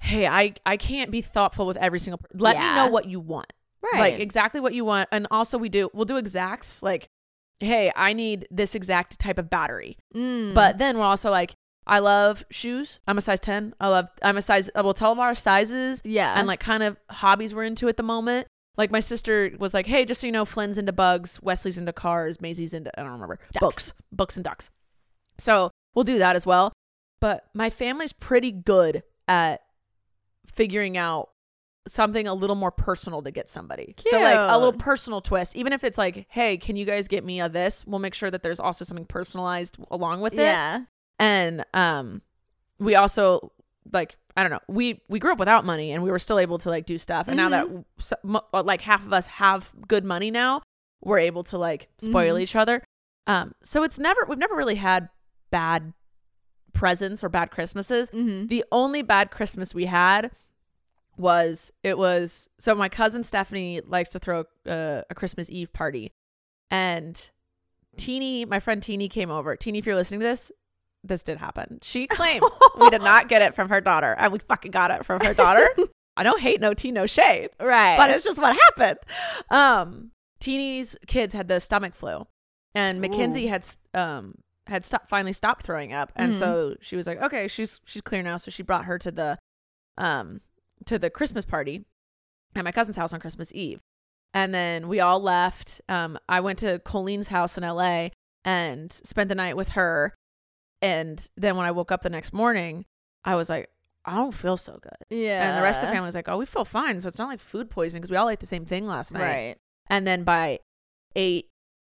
Speaker 3: hey, I, I can't be thoughtful with every single person. Let me
Speaker 4: Yeah.
Speaker 3: know what you want.
Speaker 4: right
Speaker 3: Like exactly what you want. And also we do we'll do exacts like, hey, I need this exact type of battery.
Speaker 4: Mm.
Speaker 3: But then we're also like, I love shoes. I'm a size ten. I love I'm a size we'll tell them our sizes
Speaker 4: yeah
Speaker 3: and like kind of hobbies we're into at the moment. Like my sister was like, "Hey, just so you know, Flynn's into bugs, Wesley's into cars, Maisie's into I don't remember
Speaker 4: Ducks.
Speaker 3: books, books and ducks." So we'll do that as well. But my family's pretty good at figuring out something a little more personal to get somebody. So like a little
Speaker 4: Cute.
Speaker 3: personal twist, even if it's like, "Hey, can you guys get me a this?" We'll make sure that there's also something personalized along with it
Speaker 4: yeah
Speaker 3: and um we also like i don't know we we grew up without money and we were still able to like do stuff and now that s- mo- uh, like half of us have good money now we're able to like spoil
Speaker 4: Mhm.
Speaker 3: each other um so it's never we've never really had bad presents or bad christmases
Speaker 4: mm-hmm.
Speaker 3: the only bad christmas we had was it was so my cousin stephanie likes to throw uh, a christmas eve party and teeny my friend teeny came over teeny if you're listening to this this did happen she claimed we did not get it from her daughter and we fucking got it from her daughter i don't hate no tea no shade
Speaker 4: right
Speaker 3: but it's just what happened um teeny's kids had the stomach flu and mackenzie had s- um had stopped finally stopped throwing up and
Speaker 4: Mhm.
Speaker 3: so she was like okay she's she's clear now so she brought her to the um to the christmas party at my cousin's house on christmas eve and then we all left um i went to colleen's house in la and spent the night with her and then when i woke up the next morning i was like i don't feel so good
Speaker 4: yeah
Speaker 3: and the rest of the family was like, "Oh, we feel fine, so it's not like food poisoning because we all ate the same thing last night."
Speaker 4: right
Speaker 3: And then by eight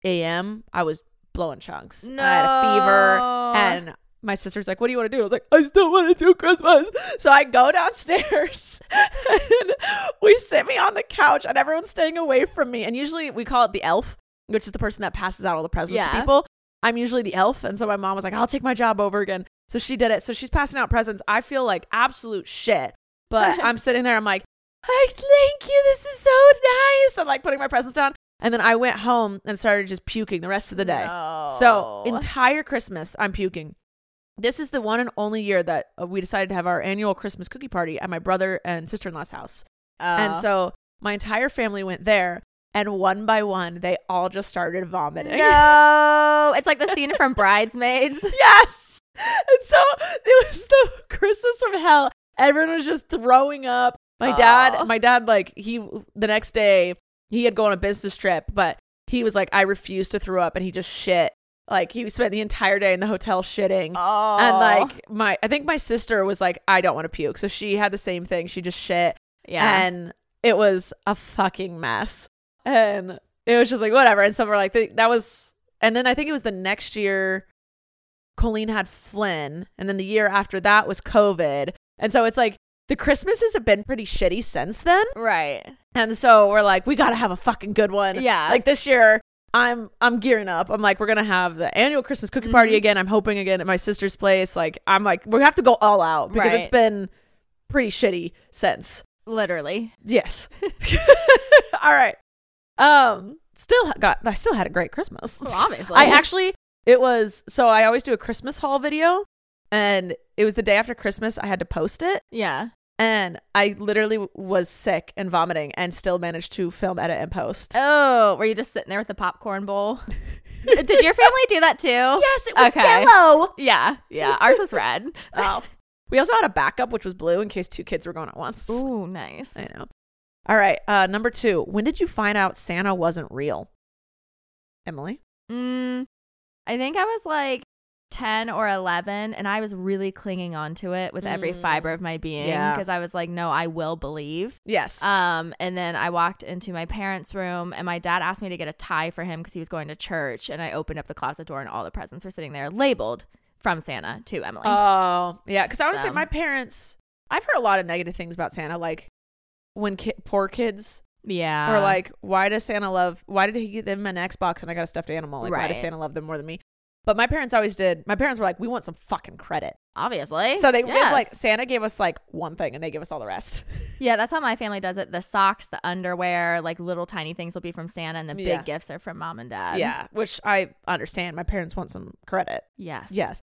Speaker 3: a.m., I was blowing chunks. And I had a fever,
Speaker 4: No.
Speaker 3: and my sister's like, "What do you want to do?" I was like, "I still want to do Christmas." So I go downstairs, and we sit me on the couch, and everyone's staying away from me. And usually we call it the elf, which is the person that passes out all the presents to
Speaker 4: Yeah.
Speaker 3: people. I'm usually the elf, and so my mom was like, "I'll take my job over again." So she did it. So she's passing out presents. I feel like absolute shit, but I'm sitting there. I'm like, "I thank you. This is so nice." I'm like putting my presents down, And then I went home and started just puking the rest of the day. So
Speaker 4: No.
Speaker 3: entire Christmas, I'm puking. This is the one and only year that uh, we decided to have our annual Christmas cookie party at my brother and sister in law's house. And
Speaker 4: Oh.
Speaker 3: so my entire family went there, and one by one, they all just started vomiting.
Speaker 4: No, it's like the scene from Bridesmaids.
Speaker 3: Yes. And so it was the Christmas from hell. Everyone was just throwing up. My
Speaker 4: Aw.
Speaker 3: dad, my dad, like he the next day he had gone on a business trip, but he was like, I refuse to throw up, and he just shit. Like he spent the entire day in the hotel shitting.
Speaker 4: Oh,
Speaker 3: And like my, I think my sister was like, I don't want to puke, so she had the same thing. She just shit,
Speaker 4: yeah,
Speaker 3: and it was a fucking mess. And it was just like whatever. And some were like th- that was. And then I think it was the next year, Colleen had Flynn, and then the year after that was COVID. And so it's like the Christmases have been pretty shitty since then.
Speaker 4: right.
Speaker 3: And so we're like, we gotta have a fucking good one.
Speaker 4: Yeah.
Speaker 3: Like this year, I'm I'm gearing up. I'm like, we're gonna have the annual Christmas cookie party
Speaker 4: Mhm.
Speaker 3: again. I'm hoping again at my sister's place. Like I'm like, we have to go all out because it's
Speaker 4: Right.
Speaker 3: been pretty shitty since.
Speaker 4: Literally.
Speaker 3: Yes. All right. Um. Still got. I still had a great Christmas.
Speaker 4: Well, obviously.
Speaker 3: I actually. It was so I always do a Christmas haul video, and it was the day after Christmas. I had to post it,
Speaker 4: Yeah.
Speaker 3: and I literally w- was sick and vomiting, and still managed to film, edit, and post.
Speaker 4: Oh, were you just sitting there with the popcorn bowl? D- Did your family do that too?
Speaker 3: yes, it was
Speaker 4: Oh, okay.
Speaker 3: yellow.
Speaker 4: Yeah. Yeah. Ours was red.
Speaker 3: Oh. We also had a backup, which was blue, in case two kids were going at once.
Speaker 4: Ooh, nice.
Speaker 3: I know. All right. Uh, number two. When did you find out Santa wasn't real? Emily.
Speaker 4: Mm, I think I was like 10 or 11, and I was really clinging on to it with every
Speaker 3: Mm.
Speaker 4: fiber of my being
Speaker 3: Yeah.
Speaker 4: because I was like, no, I will believe.
Speaker 3: Yes.
Speaker 4: Um, and then I walked into my parents' room, and my dad asked me to get a tie for him because he was going to church. And I opened up the closet door, and all the presents were sitting there, labeled from Santa to Emily.
Speaker 3: Oh, yeah. Because honestly,
Speaker 4: So.
Speaker 3: my parents, I've heard a lot of negative things about Santa. Like when ki- poor kids
Speaker 4: yeah,
Speaker 3: were like, why does Santa love, why did he give them an Xbox and I got a stuffed animal? Like, why does
Speaker 4: Right.
Speaker 3: Santa love them more than me? But my parents always did. My parents were like, we want some fucking credit.
Speaker 4: obviously.
Speaker 3: So they gave,
Speaker 4: Eh, Yes.
Speaker 3: like, Santa gave us like one thing and they give us all the rest.
Speaker 4: yeah, that's how my family does it. The socks, the underwear, like little tiny things will be from Santa, and the
Speaker 3: Yeah.
Speaker 4: big gifts are from mom and dad.
Speaker 3: yeah. Which I understand. My parents want some credit.
Speaker 4: Yes.
Speaker 3: Yes.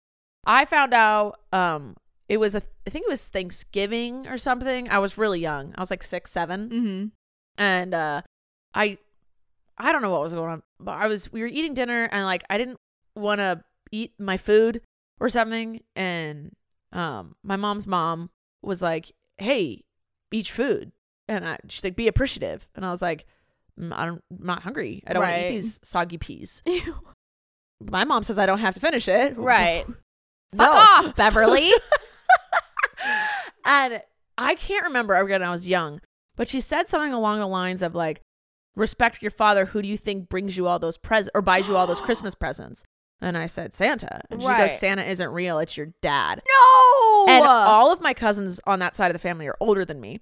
Speaker 3: I found out um it was a I think it was Thanksgiving or something. I was really young. I was like 6, 7.
Speaker 4: Mm-hmm.
Speaker 3: and uh i i don't know what was going on but i was we were eating dinner and like i didn't want to eat my food or something and um my mom's mom was like hey eat your food and i she's like be appreciative and i was like "Mm, I don't, I'm not hungry. I don't want to
Speaker 4: Right.
Speaker 3: eat these soggy peas. My mom says I don't have to finish it.
Speaker 4: right.
Speaker 3: No.
Speaker 4: Fuck off, Beverly.
Speaker 3: and I can't remember again. I was young, but she said something along the lines of like, "Respect your father. Who do you think brings you all those presents or buys you all those Christmas presents?" And I said Santa, and she
Speaker 4: Right.
Speaker 3: goes, "Santa isn't real. It's your dad."
Speaker 4: no.
Speaker 3: And all of my cousins on that side of the family are older than me,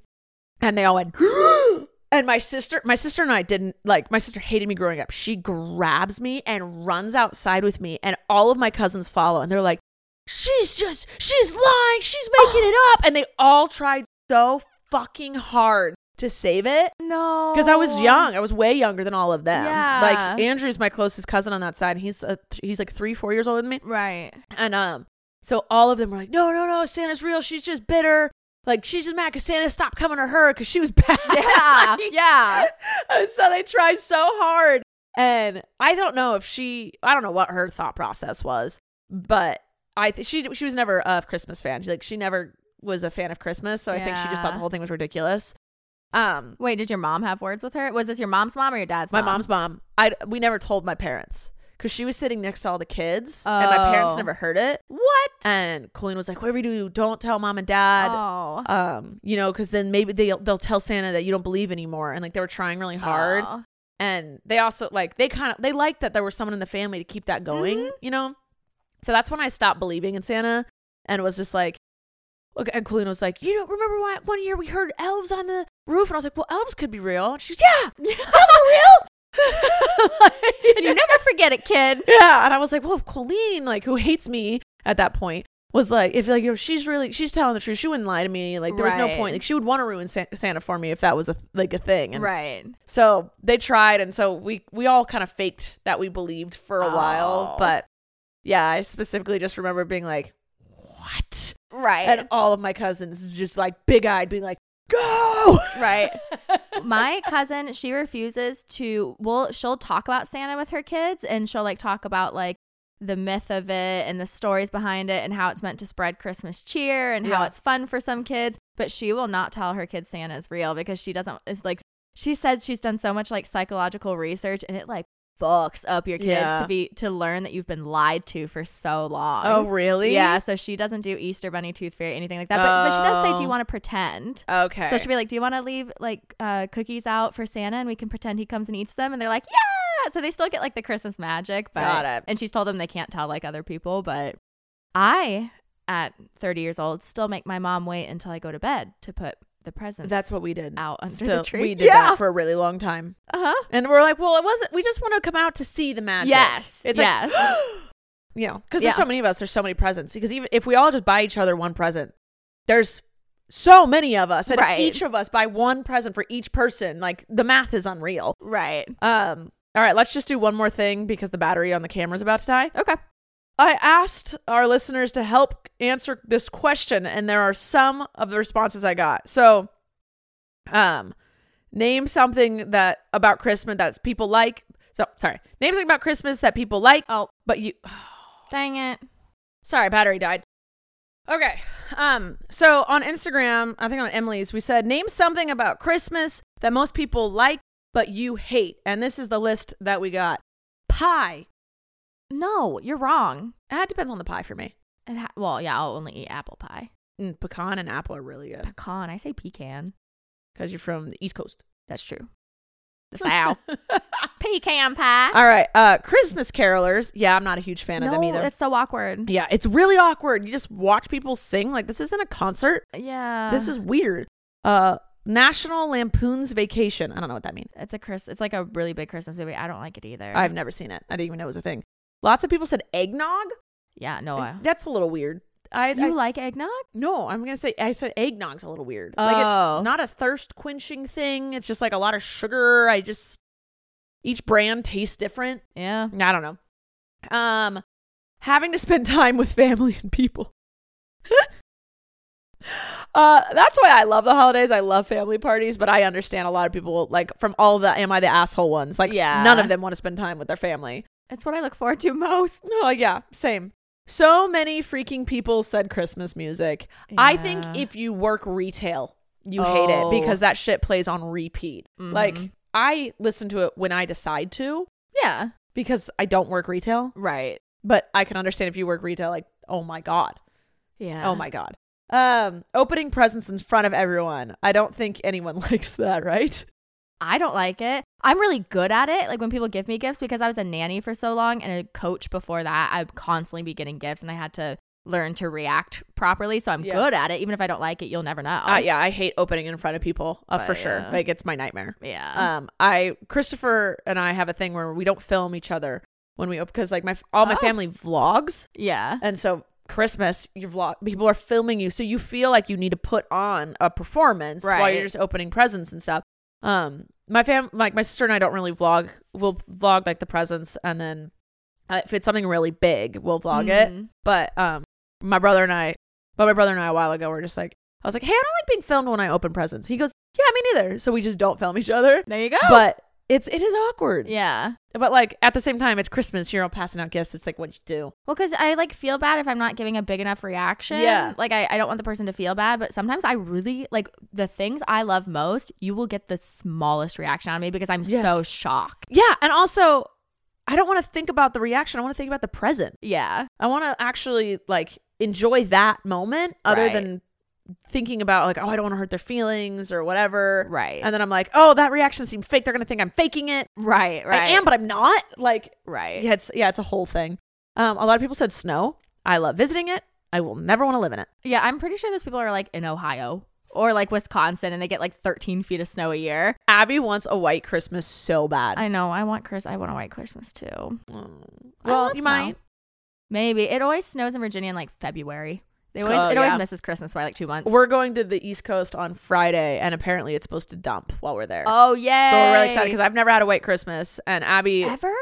Speaker 3: and they all went. And my sister, my sister and I didn't like. My sister hated me growing up. She grabs me and runs outside with me, and all of my cousins follow, and they're like, "She's just, she's lying, she's making it up," and they all tried so fucking hard to save it
Speaker 4: no.
Speaker 3: because I was young. I was way younger than all of them.
Speaker 4: Yeah.
Speaker 3: Like Andrew's my closest cousin on that side, and he's uh th- he's like three, four years older than me.
Speaker 4: Right.
Speaker 3: And um, so all of them were like, no, no, no, Santa's real. She's just bitter. Like she's just mad because Santa stopped coming to her because she was bad.
Speaker 4: Yeah.
Speaker 3: Like,
Speaker 4: yeah.
Speaker 3: and so they tried so hard, and I don't know if she, I don't know what her thought process was, but I th- she she was never a Christmas fan. She, like she never was a fan of Christmas, so I think she just thought
Speaker 4: Yeah.
Speaker 3: the whole thing was ridiculous. Um,
Speaker 4: Wait, did your mom have words with her? Was this your mom's mom or your dad's
Speaker 3: my
Speaker 4: mom?
Speaker 3: mom's mom, I we never told my parents because she was sitting next to all the kids, and my parents
Speaker 4: Oh.
Speaker 3: never heard it.
Speaker 4: What?
Speaker 3: And Colleen was like, "Whatever you do, don't tell mom and dad."
Speaker 4: oh.
Speaker 3: Um, you know, because then maybe they they'll tell Santa that you don't believe anymore. And like they were trying really hard.
Speaker 4: Oh.
Speaker 3: And they also like they kind of they liked that there was someone in the family to keep that going.
Speaker 4: Mhm.
Speaker 3: You know, so that's when I stopped believing in Santa and was just like. Okay, and Colleen was like, "You don't remember why one year we heard elves on the roof?" And I was like, "Well, elves could be real." And she's, "Yeah, elves are real."
Speaker 4: And you never forget it, kid.
Speaker 3: Yeah. And I was like, well, if Colleen, like, who hates me at that point, was like, if like you know, she's really she's telling the truth, she wouldn't lie to me. Like there was no
Speaker 4: Right.
Speaker 3: point. Like she would want to ruin Sa- Santa for me if that was a, like a thing. And
Speaker 4: right.
Speaker 3: So they tried, and so we we all kind of faked that we believed for a while.
Speaker 4: Oh.
Speaker 3: But yeah, I specifically just remember being like, what?
Speaker 4: Right.
Speaker 3: And all of my cousins just like big eyed, being like, go.
Speaker 4: Right. My cousin, she refuses to well, she'll talk about Santa with her kids and she'll like talk about like the myth of it and the stories behind it and how it's meant to spread Christmas cheer and how
Speaker 3: Yeah.
Speaker 4: it's fun for some kids, but she will not tell her kids Santa is real because she doesn't it's like she said she's done so much like psychological research and it like fucks up your kids
Speaker 3: Yeah.
Speaker 4: to be to learn that you've been lied to for so long.
Speaker 3: Oh really?
Speaker 4: Yeah, so she doesn't do Easter bunny tooth fairy anything like that, but, but she does say do
Speaker 3: Oh.
Speaker 4: you want to pretend?
Speaker 3: Okay.
Speaker 4: So she'll be like, "Do you want to leave like uh, cookies out for Santa, and we can pretend he comes and eats them?" And they're like, "Yeah!" So they still get like the Christmas magic, but
Speaker 3: Got it.
Speaker 4: and she's told them they can't tell like other people. But I, at 30 years old, still make my mom wait until I go to bed to put the presents.
Speaker 3: That's what we did.
Speaker 4: out under
Speaker 3: Still-
Speaker 4: the tree.
Speaker 3: We did
Speaker 4: yeah.
Speaker 3: that for a really long time.
Speaker 4: uh huh.
Speaker 3: And we're like, well, it wasn't. We just want to come out to see the magic.
Speaker 4: Yes.
Speaker 3: It's
Speaker 4: yes.
Speaker 3: like, you know, because there's
Speaker 4: Yeah.
Speaker 3: so many of us. There's so many presents. Because even if we all just buy each other one present, there's so many of us, and if
Speaker 4: Right.
Speaker 3: each of us buy one present for each person. Like the math is unreal.
Speaker 4: right.
Speaker 3: Um. All right, let's just do one more thing because the battery on the camera's about to die.
Speaker 4: Okay.
Speaker 3: I asked our listeners to help answer this question, and there are some of the responses I got. So, um, name something that about Christmas that people like. So, sorry, name something about Christmas that people like.
Speaker 4: Oh.
Speaker 3: but you,
Speaker 4: Dang it.
Speaker 3: sorry, battery died. Okay. Um. So on Instagram, I think on Emily's, we said name something about Christmas that most people like but you hate, and this is the list that we got. Pie.
Speaker 4: No, you're wrong.
Speaker 3: That depends on the pie for me.
Speaker 4: It ha- well, yeah, I'll only eat apple pie.
Speaker 3: Mm, pecan and apple are really good.
Speaker 4: Pecan. I say pecan.
Speaker 3: because you're from the East Coast.
Speaker 4: That's true. The South. pecan pie.
Speaker 3: All right, uh, Christmas carolers. Yeah, I'm not a huge fan of them either.
Speaker 4: It's so awkward.
Speaker 3: yeah, it's really awkward. You just watch people sing. Like this isn't a concert.
Speaker 4: Yeah.
Speaker 3: this is weird. Uh, National Lampoon's Vacation. I don't know what that means.
Speaker 4: it's a Chris it's like a really big Christmas movie. I don't like it either.
Speaker 3: I've never seen it. I didn't even know it was a thing. Lots of people said eggnog.
Speaker 4: yeah, no. I,
Speaker 3: That's a little weird. I,
Speaker 4: Oh, you
Speaker 3: I-
Speaker 4: like eggnog?
Speaker 3: no, I'm gonna say I said eggnog's a little weird. Like it's
Speaker 4: Oh.
Speaker 3: not a thirst quenching thing. It's just like a lot of sugar. I just each brand tastes different.
Speaker 4: Yeah.
Speaker 3: I don't know. Um, having to spend time with family and people. uh, that's why I love the holidays. I love family parties, but I understand a lot of people like from all the "Am I the asshole?" ones. Like,
Speaker 4: Yeah.
Speaker 3: none of them want to spend time with their family.
Speaker 4: It's what I look forward to most.
Speaker 3: Oh yeah, same. So many freaking people said Christmas music. I think
Speaker 4: Yeah.
Speaker 3: if you work retail, you hate it
Speaker 4: Oh.
Speaker 3: because that shit plays on repeat. Like,
Speaker 4: Mhm.
Speaker 3: I listen to it when I decide to
Speaker 4: Yeah.
Speaker 3: because I don't work retail
Speaker 4: Right.
Speaker 3: but I can understand if you work retail, like, oh my God.
Speaker 4: Yeah.
Speaker 3: Oh my God. Um, opening presents in front of everyone. I don't think anyone likes that, right?
Speaker 4: I don't like it. I'm really good at it. Like when people give me gifts because I was a nanny for so long and a coach before that, I'd constantly be getting gifts and I had to learn to react properly. So I'm
Speaker 3: Yeah.
Speaker 4: good at it. Even if I don't like it, you'll never know.
Speaker 3: Uh, yeah, I hate opening in front of people uh, for
Speaker 4: But,
Speaker 3: sure.
Speaker 4: yeah.
Speaker 3: Like, it's my nightmare.
Speaker 4: Yeah.
Speaker 3: Um, I Christopher and I have a thing where we don't film each other when we open because like my all my
Speaker 4: Oh.
Speaker 3: family vlogs,
Speaker 4: yeah.
Speaker 3: and so Christmas you vlog people are filming you, so you feel like you need to put on a performance while
Speaker 4: Right.
Speaker 3: you're just opening presents and stuff. Um, my fam, like my sister and I don't really vlog. We'll vlog like the presents, and then uh, if it's something really big, we'll vlog it.
Speaker 4: Mhm.
Speaker 3: But um, my brother and I, but my brother and I a while ago were just like, I was like, hey, I don't like being filmed when I open presents. He goes, yeah, me neither. So we just don't film each other.
Speaker 4: There you go.
Speaker 3: But it's it is awkward.
Speaker 4: Oh. yeah.
Speaker 3: But like at the same time, it's Christmas. You're all passing out gifts. It's like what you do.
Speaker 4: Well, because I like feel bad if I'm not giving a big enough reaction.
Speaker 3: Yeah.
Speaker 4: Like I, I don't want the person to feel bad, but sometimes I really like the things I love most, you will get the smallest reaction out of me because I'm so
Speaker 3: Yes.
Speaker 4: shocked.
Speaker 3: Yeah, and also I don't want to think about the reaction. I want to think about the present.
Speaker 4: Yeah.
Speaker 3: I want to actually like enjoy that moment other
Speaker 4: Right.
Speaker 3: than thinking about like oh I don't want to hurt their feelings or whatever.
Speaker 4: Right.
Speaker 3: And then I'm like, "Oh, that reaction seemed fake. They're going to think I'm faking it."
Speaker 4: Right, right.
Speaker 3: I am, but I'm not. Like
Speaker 4: right.
Speaker 3: yeah, it's yeah, it's a whole thing. Um a lot of people said snow. I love visiting it. I will never want to live in it.
Speaker 4: Yeah, I'm pretty sure those people are like in Ohio or like Wisconsin and they get like 13 feet of snow a year.
Speaker 3: Abby wants a white Christmas so bad.
Speaker 4: I know. I want Chris. I want a white Christmas too.
Speaker 3: Mm.
Speaker 4: I
Speaker 3: well,
Speaker 4: love
Speaker 3: you
Speaker 4: snow.
Speaker 3: might.
Speaker 4: Maybe it always snows in Virginia in like February. They always
Speaker 3: Oh,
Speaker 4: it always
Speaker 3: yeah.
Speaker 4: misses Christmas by like two months.
Speaker 3: We're going to the East Coast on Friday, and apparently it's supposed to dump while we're there.
Speaker 4: oh yeah.
Speaker 3: So we're really excited because I've never had a white Christmas, and Abby.
Speaker 4: ever.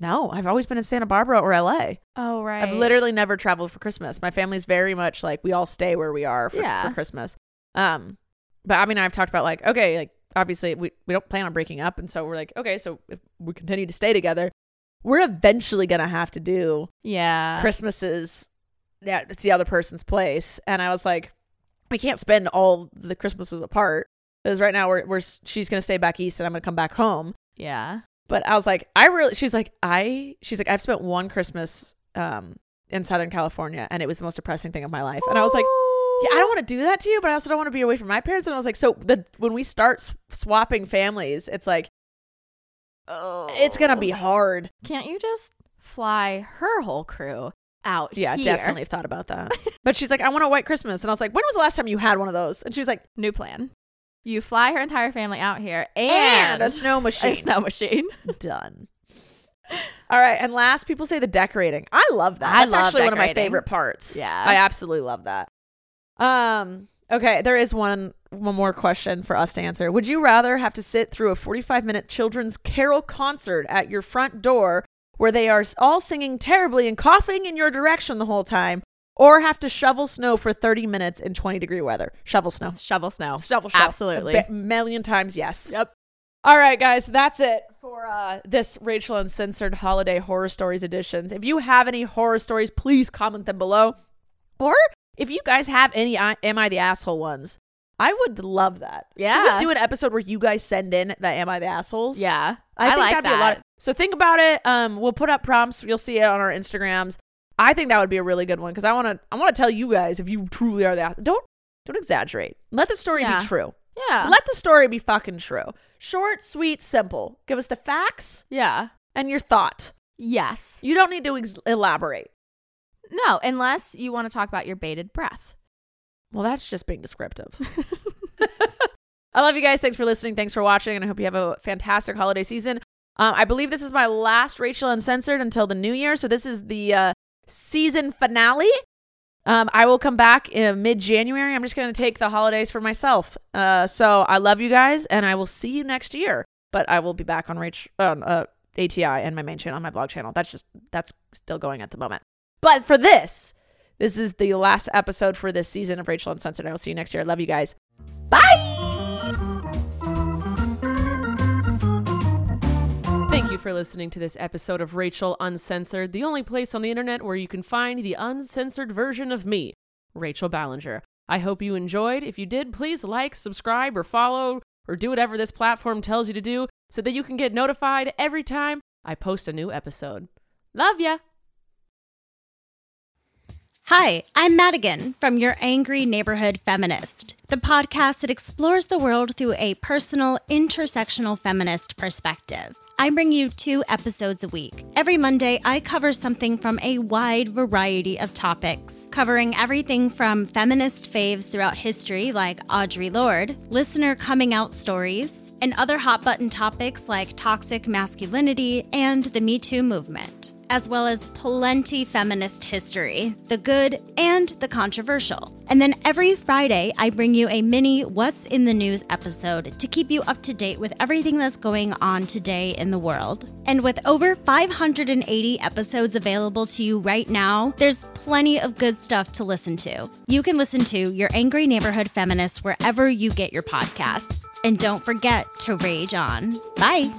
Speaker 3: no, I've always been in Santa Barbara or LA.
Speaker 4: Oh right.
Speaker 3: I've literally never traveled for Christmas. My family's very much like we all stay where we are for,
Speaker 4: Yeah.
Speaker 3: for Christmas. Um, but Abby and I have talked about like, okay, like obviously we, we don't plan on breaking up. And so we're like, okay, so if we continue to stay together, we're eventually going to have to do
Speaker 4: yeah.
Speaker 3: Christmases that it's the other person's place. And I was like, we can't spend all the Christmases apart because right now we're, we're, she's going to stay back east and I'm going to come back home.
Speaker 4: yeah.
Speaker 3: But I was like, I really. She's like, I. She's like, I've spent one Christmas um in Southern California, and it was the most depressing thing of my life. And I was like, Yeah, I don't want to do that to you, but I also don't want to be away from my parents. And I was like, So the when we start s- swapping families, it's like
Speaker 4: Oh.
Speaker 3: it's gonna be hard.
Speaker 4: Can't you just fly her whole crew out?
Speaker 3: Yeah,
Speaker 4: here?
Speaker 3: definitely thought about that. but she's like, I want a white Christmas, and I was like, When was the last time you had one of those? And she was like,
Speaker 4: New plan. You fly her entire family out here
Speaker 3: And
Speaker 4: and,
Speaker 3: a snow machine.
Speaker 4: a snow machine.
Speaker 3: Done. All right, and last, people say the decorating. I love that.
Speaker 4: I
Speaker 3: That's
Speaker 4: love
Speaker 3: actually one of my
Speaker 4: decorating.
Speaker 3: favorite parts.
Speaker 4: Yeah.
Speaker 3: I absolutely love that. Um, okay, there is one one more question for us to answer. Would you rather have to sit through a 45-minute children's carol concert at your front door where they are all singing terribly and coughing in your direction the whole time or have to shovel snow for 30 minutes in 20 degree weather? Shovel snow.
Speaker 4: Shovel snow.
Speaker 3: Shovel snow.
Speaker 4: Absolutely.
Speaker 3: A ba- million times yes.
Speaker 4: Yep.
Speaker 3: All right, guys, that's it for uh, this Rachel Uncensored Holiday Horror Stories editions. If you have any horror stories, please comment them below. Or if you guys have any I- Am I the Asshole ones, I would love that. Should
Speaker 4: Yeah.
Speaker 3: we do an episode where you guys send in the Am I the Assholes?
Speaker 4: Yeah.
Speaker 3: I, think
Speaker 4: like
Speaker 3: that'd
Speaker 4: that.
Speaker 3: be a lot. so think about it. Um, we'll put up prompts. You'll see it on our Instagrams. I think that would be a really good one because I want to. I want to tell you guys if you truly are that. Don't don't exaggerate. Let the story
Speaker 4: Yeah.
Speaker 3: be true.
Speaker 4: yeah.
Speaker 3: Let the story be fucking true. Short, sweet, simple. Give us the facts
Speaker 4: yeah.
Speaker 3: and your thought.
Speaker 4: Yes.
Speaker 3: You don't need to ex- elaborate.
Speaker 4: No, unless you want to talk about your bated breath.
Speaker 3: Well, that's just being descriptive. I love you guys. Thanks for listening. Thanks for watching. And I hope you have a fantastic holiday season. Um, I believe this is my last Rachel Uncensored until the new year. So this is the uh, season finale. Um, I will come back in mid January. I'm just going to take the holidays for myself. Uh, so I love you guys and I will see you next year. But I will be back on Rach- on uh, ATI and my main channel, on my vlog channel. That's just, that's still going at the moment. But for this, this is the last episode for this season of Rachel Uncensored. I will see you next year. I love you guys.
Speaker 7: Thank you for listening to this episode of Rachel Uncensored, the only place on the internet where you can find the uncensored version of me, Rachel Ballinger. I hope you enjoyed. If you did, please like, subscribe, or follow, or do whatever this platform tells you to do so that you can get notified every time I post a new episode. Love ya!
Speaker 8: Hi, I'm Madigan from Your Angry Neighborhood Feminist, the podcast that explores the world through a personal, intersectional feminist perspective. I bring you two episodes a week. Every Monday, I cover something from a wide variety of topics, covering everything from feminist faves throughout history like Audre Lorde, listener coming out stories, and other hot button topics like toxic masculinity and the Me Too movement as well as plenty feminist history, the good and the controversial. And then every Friday, I bring you a mini What's in the News episode to keep you up to date with everything that's going on today in the world. And with over 580 episodes available to you right now, there's plenty of good stuff to listen to. You can listen to Your Angry Neighborhood Feminist wherever you get your podcasts. And don't forget to rage on. Bye.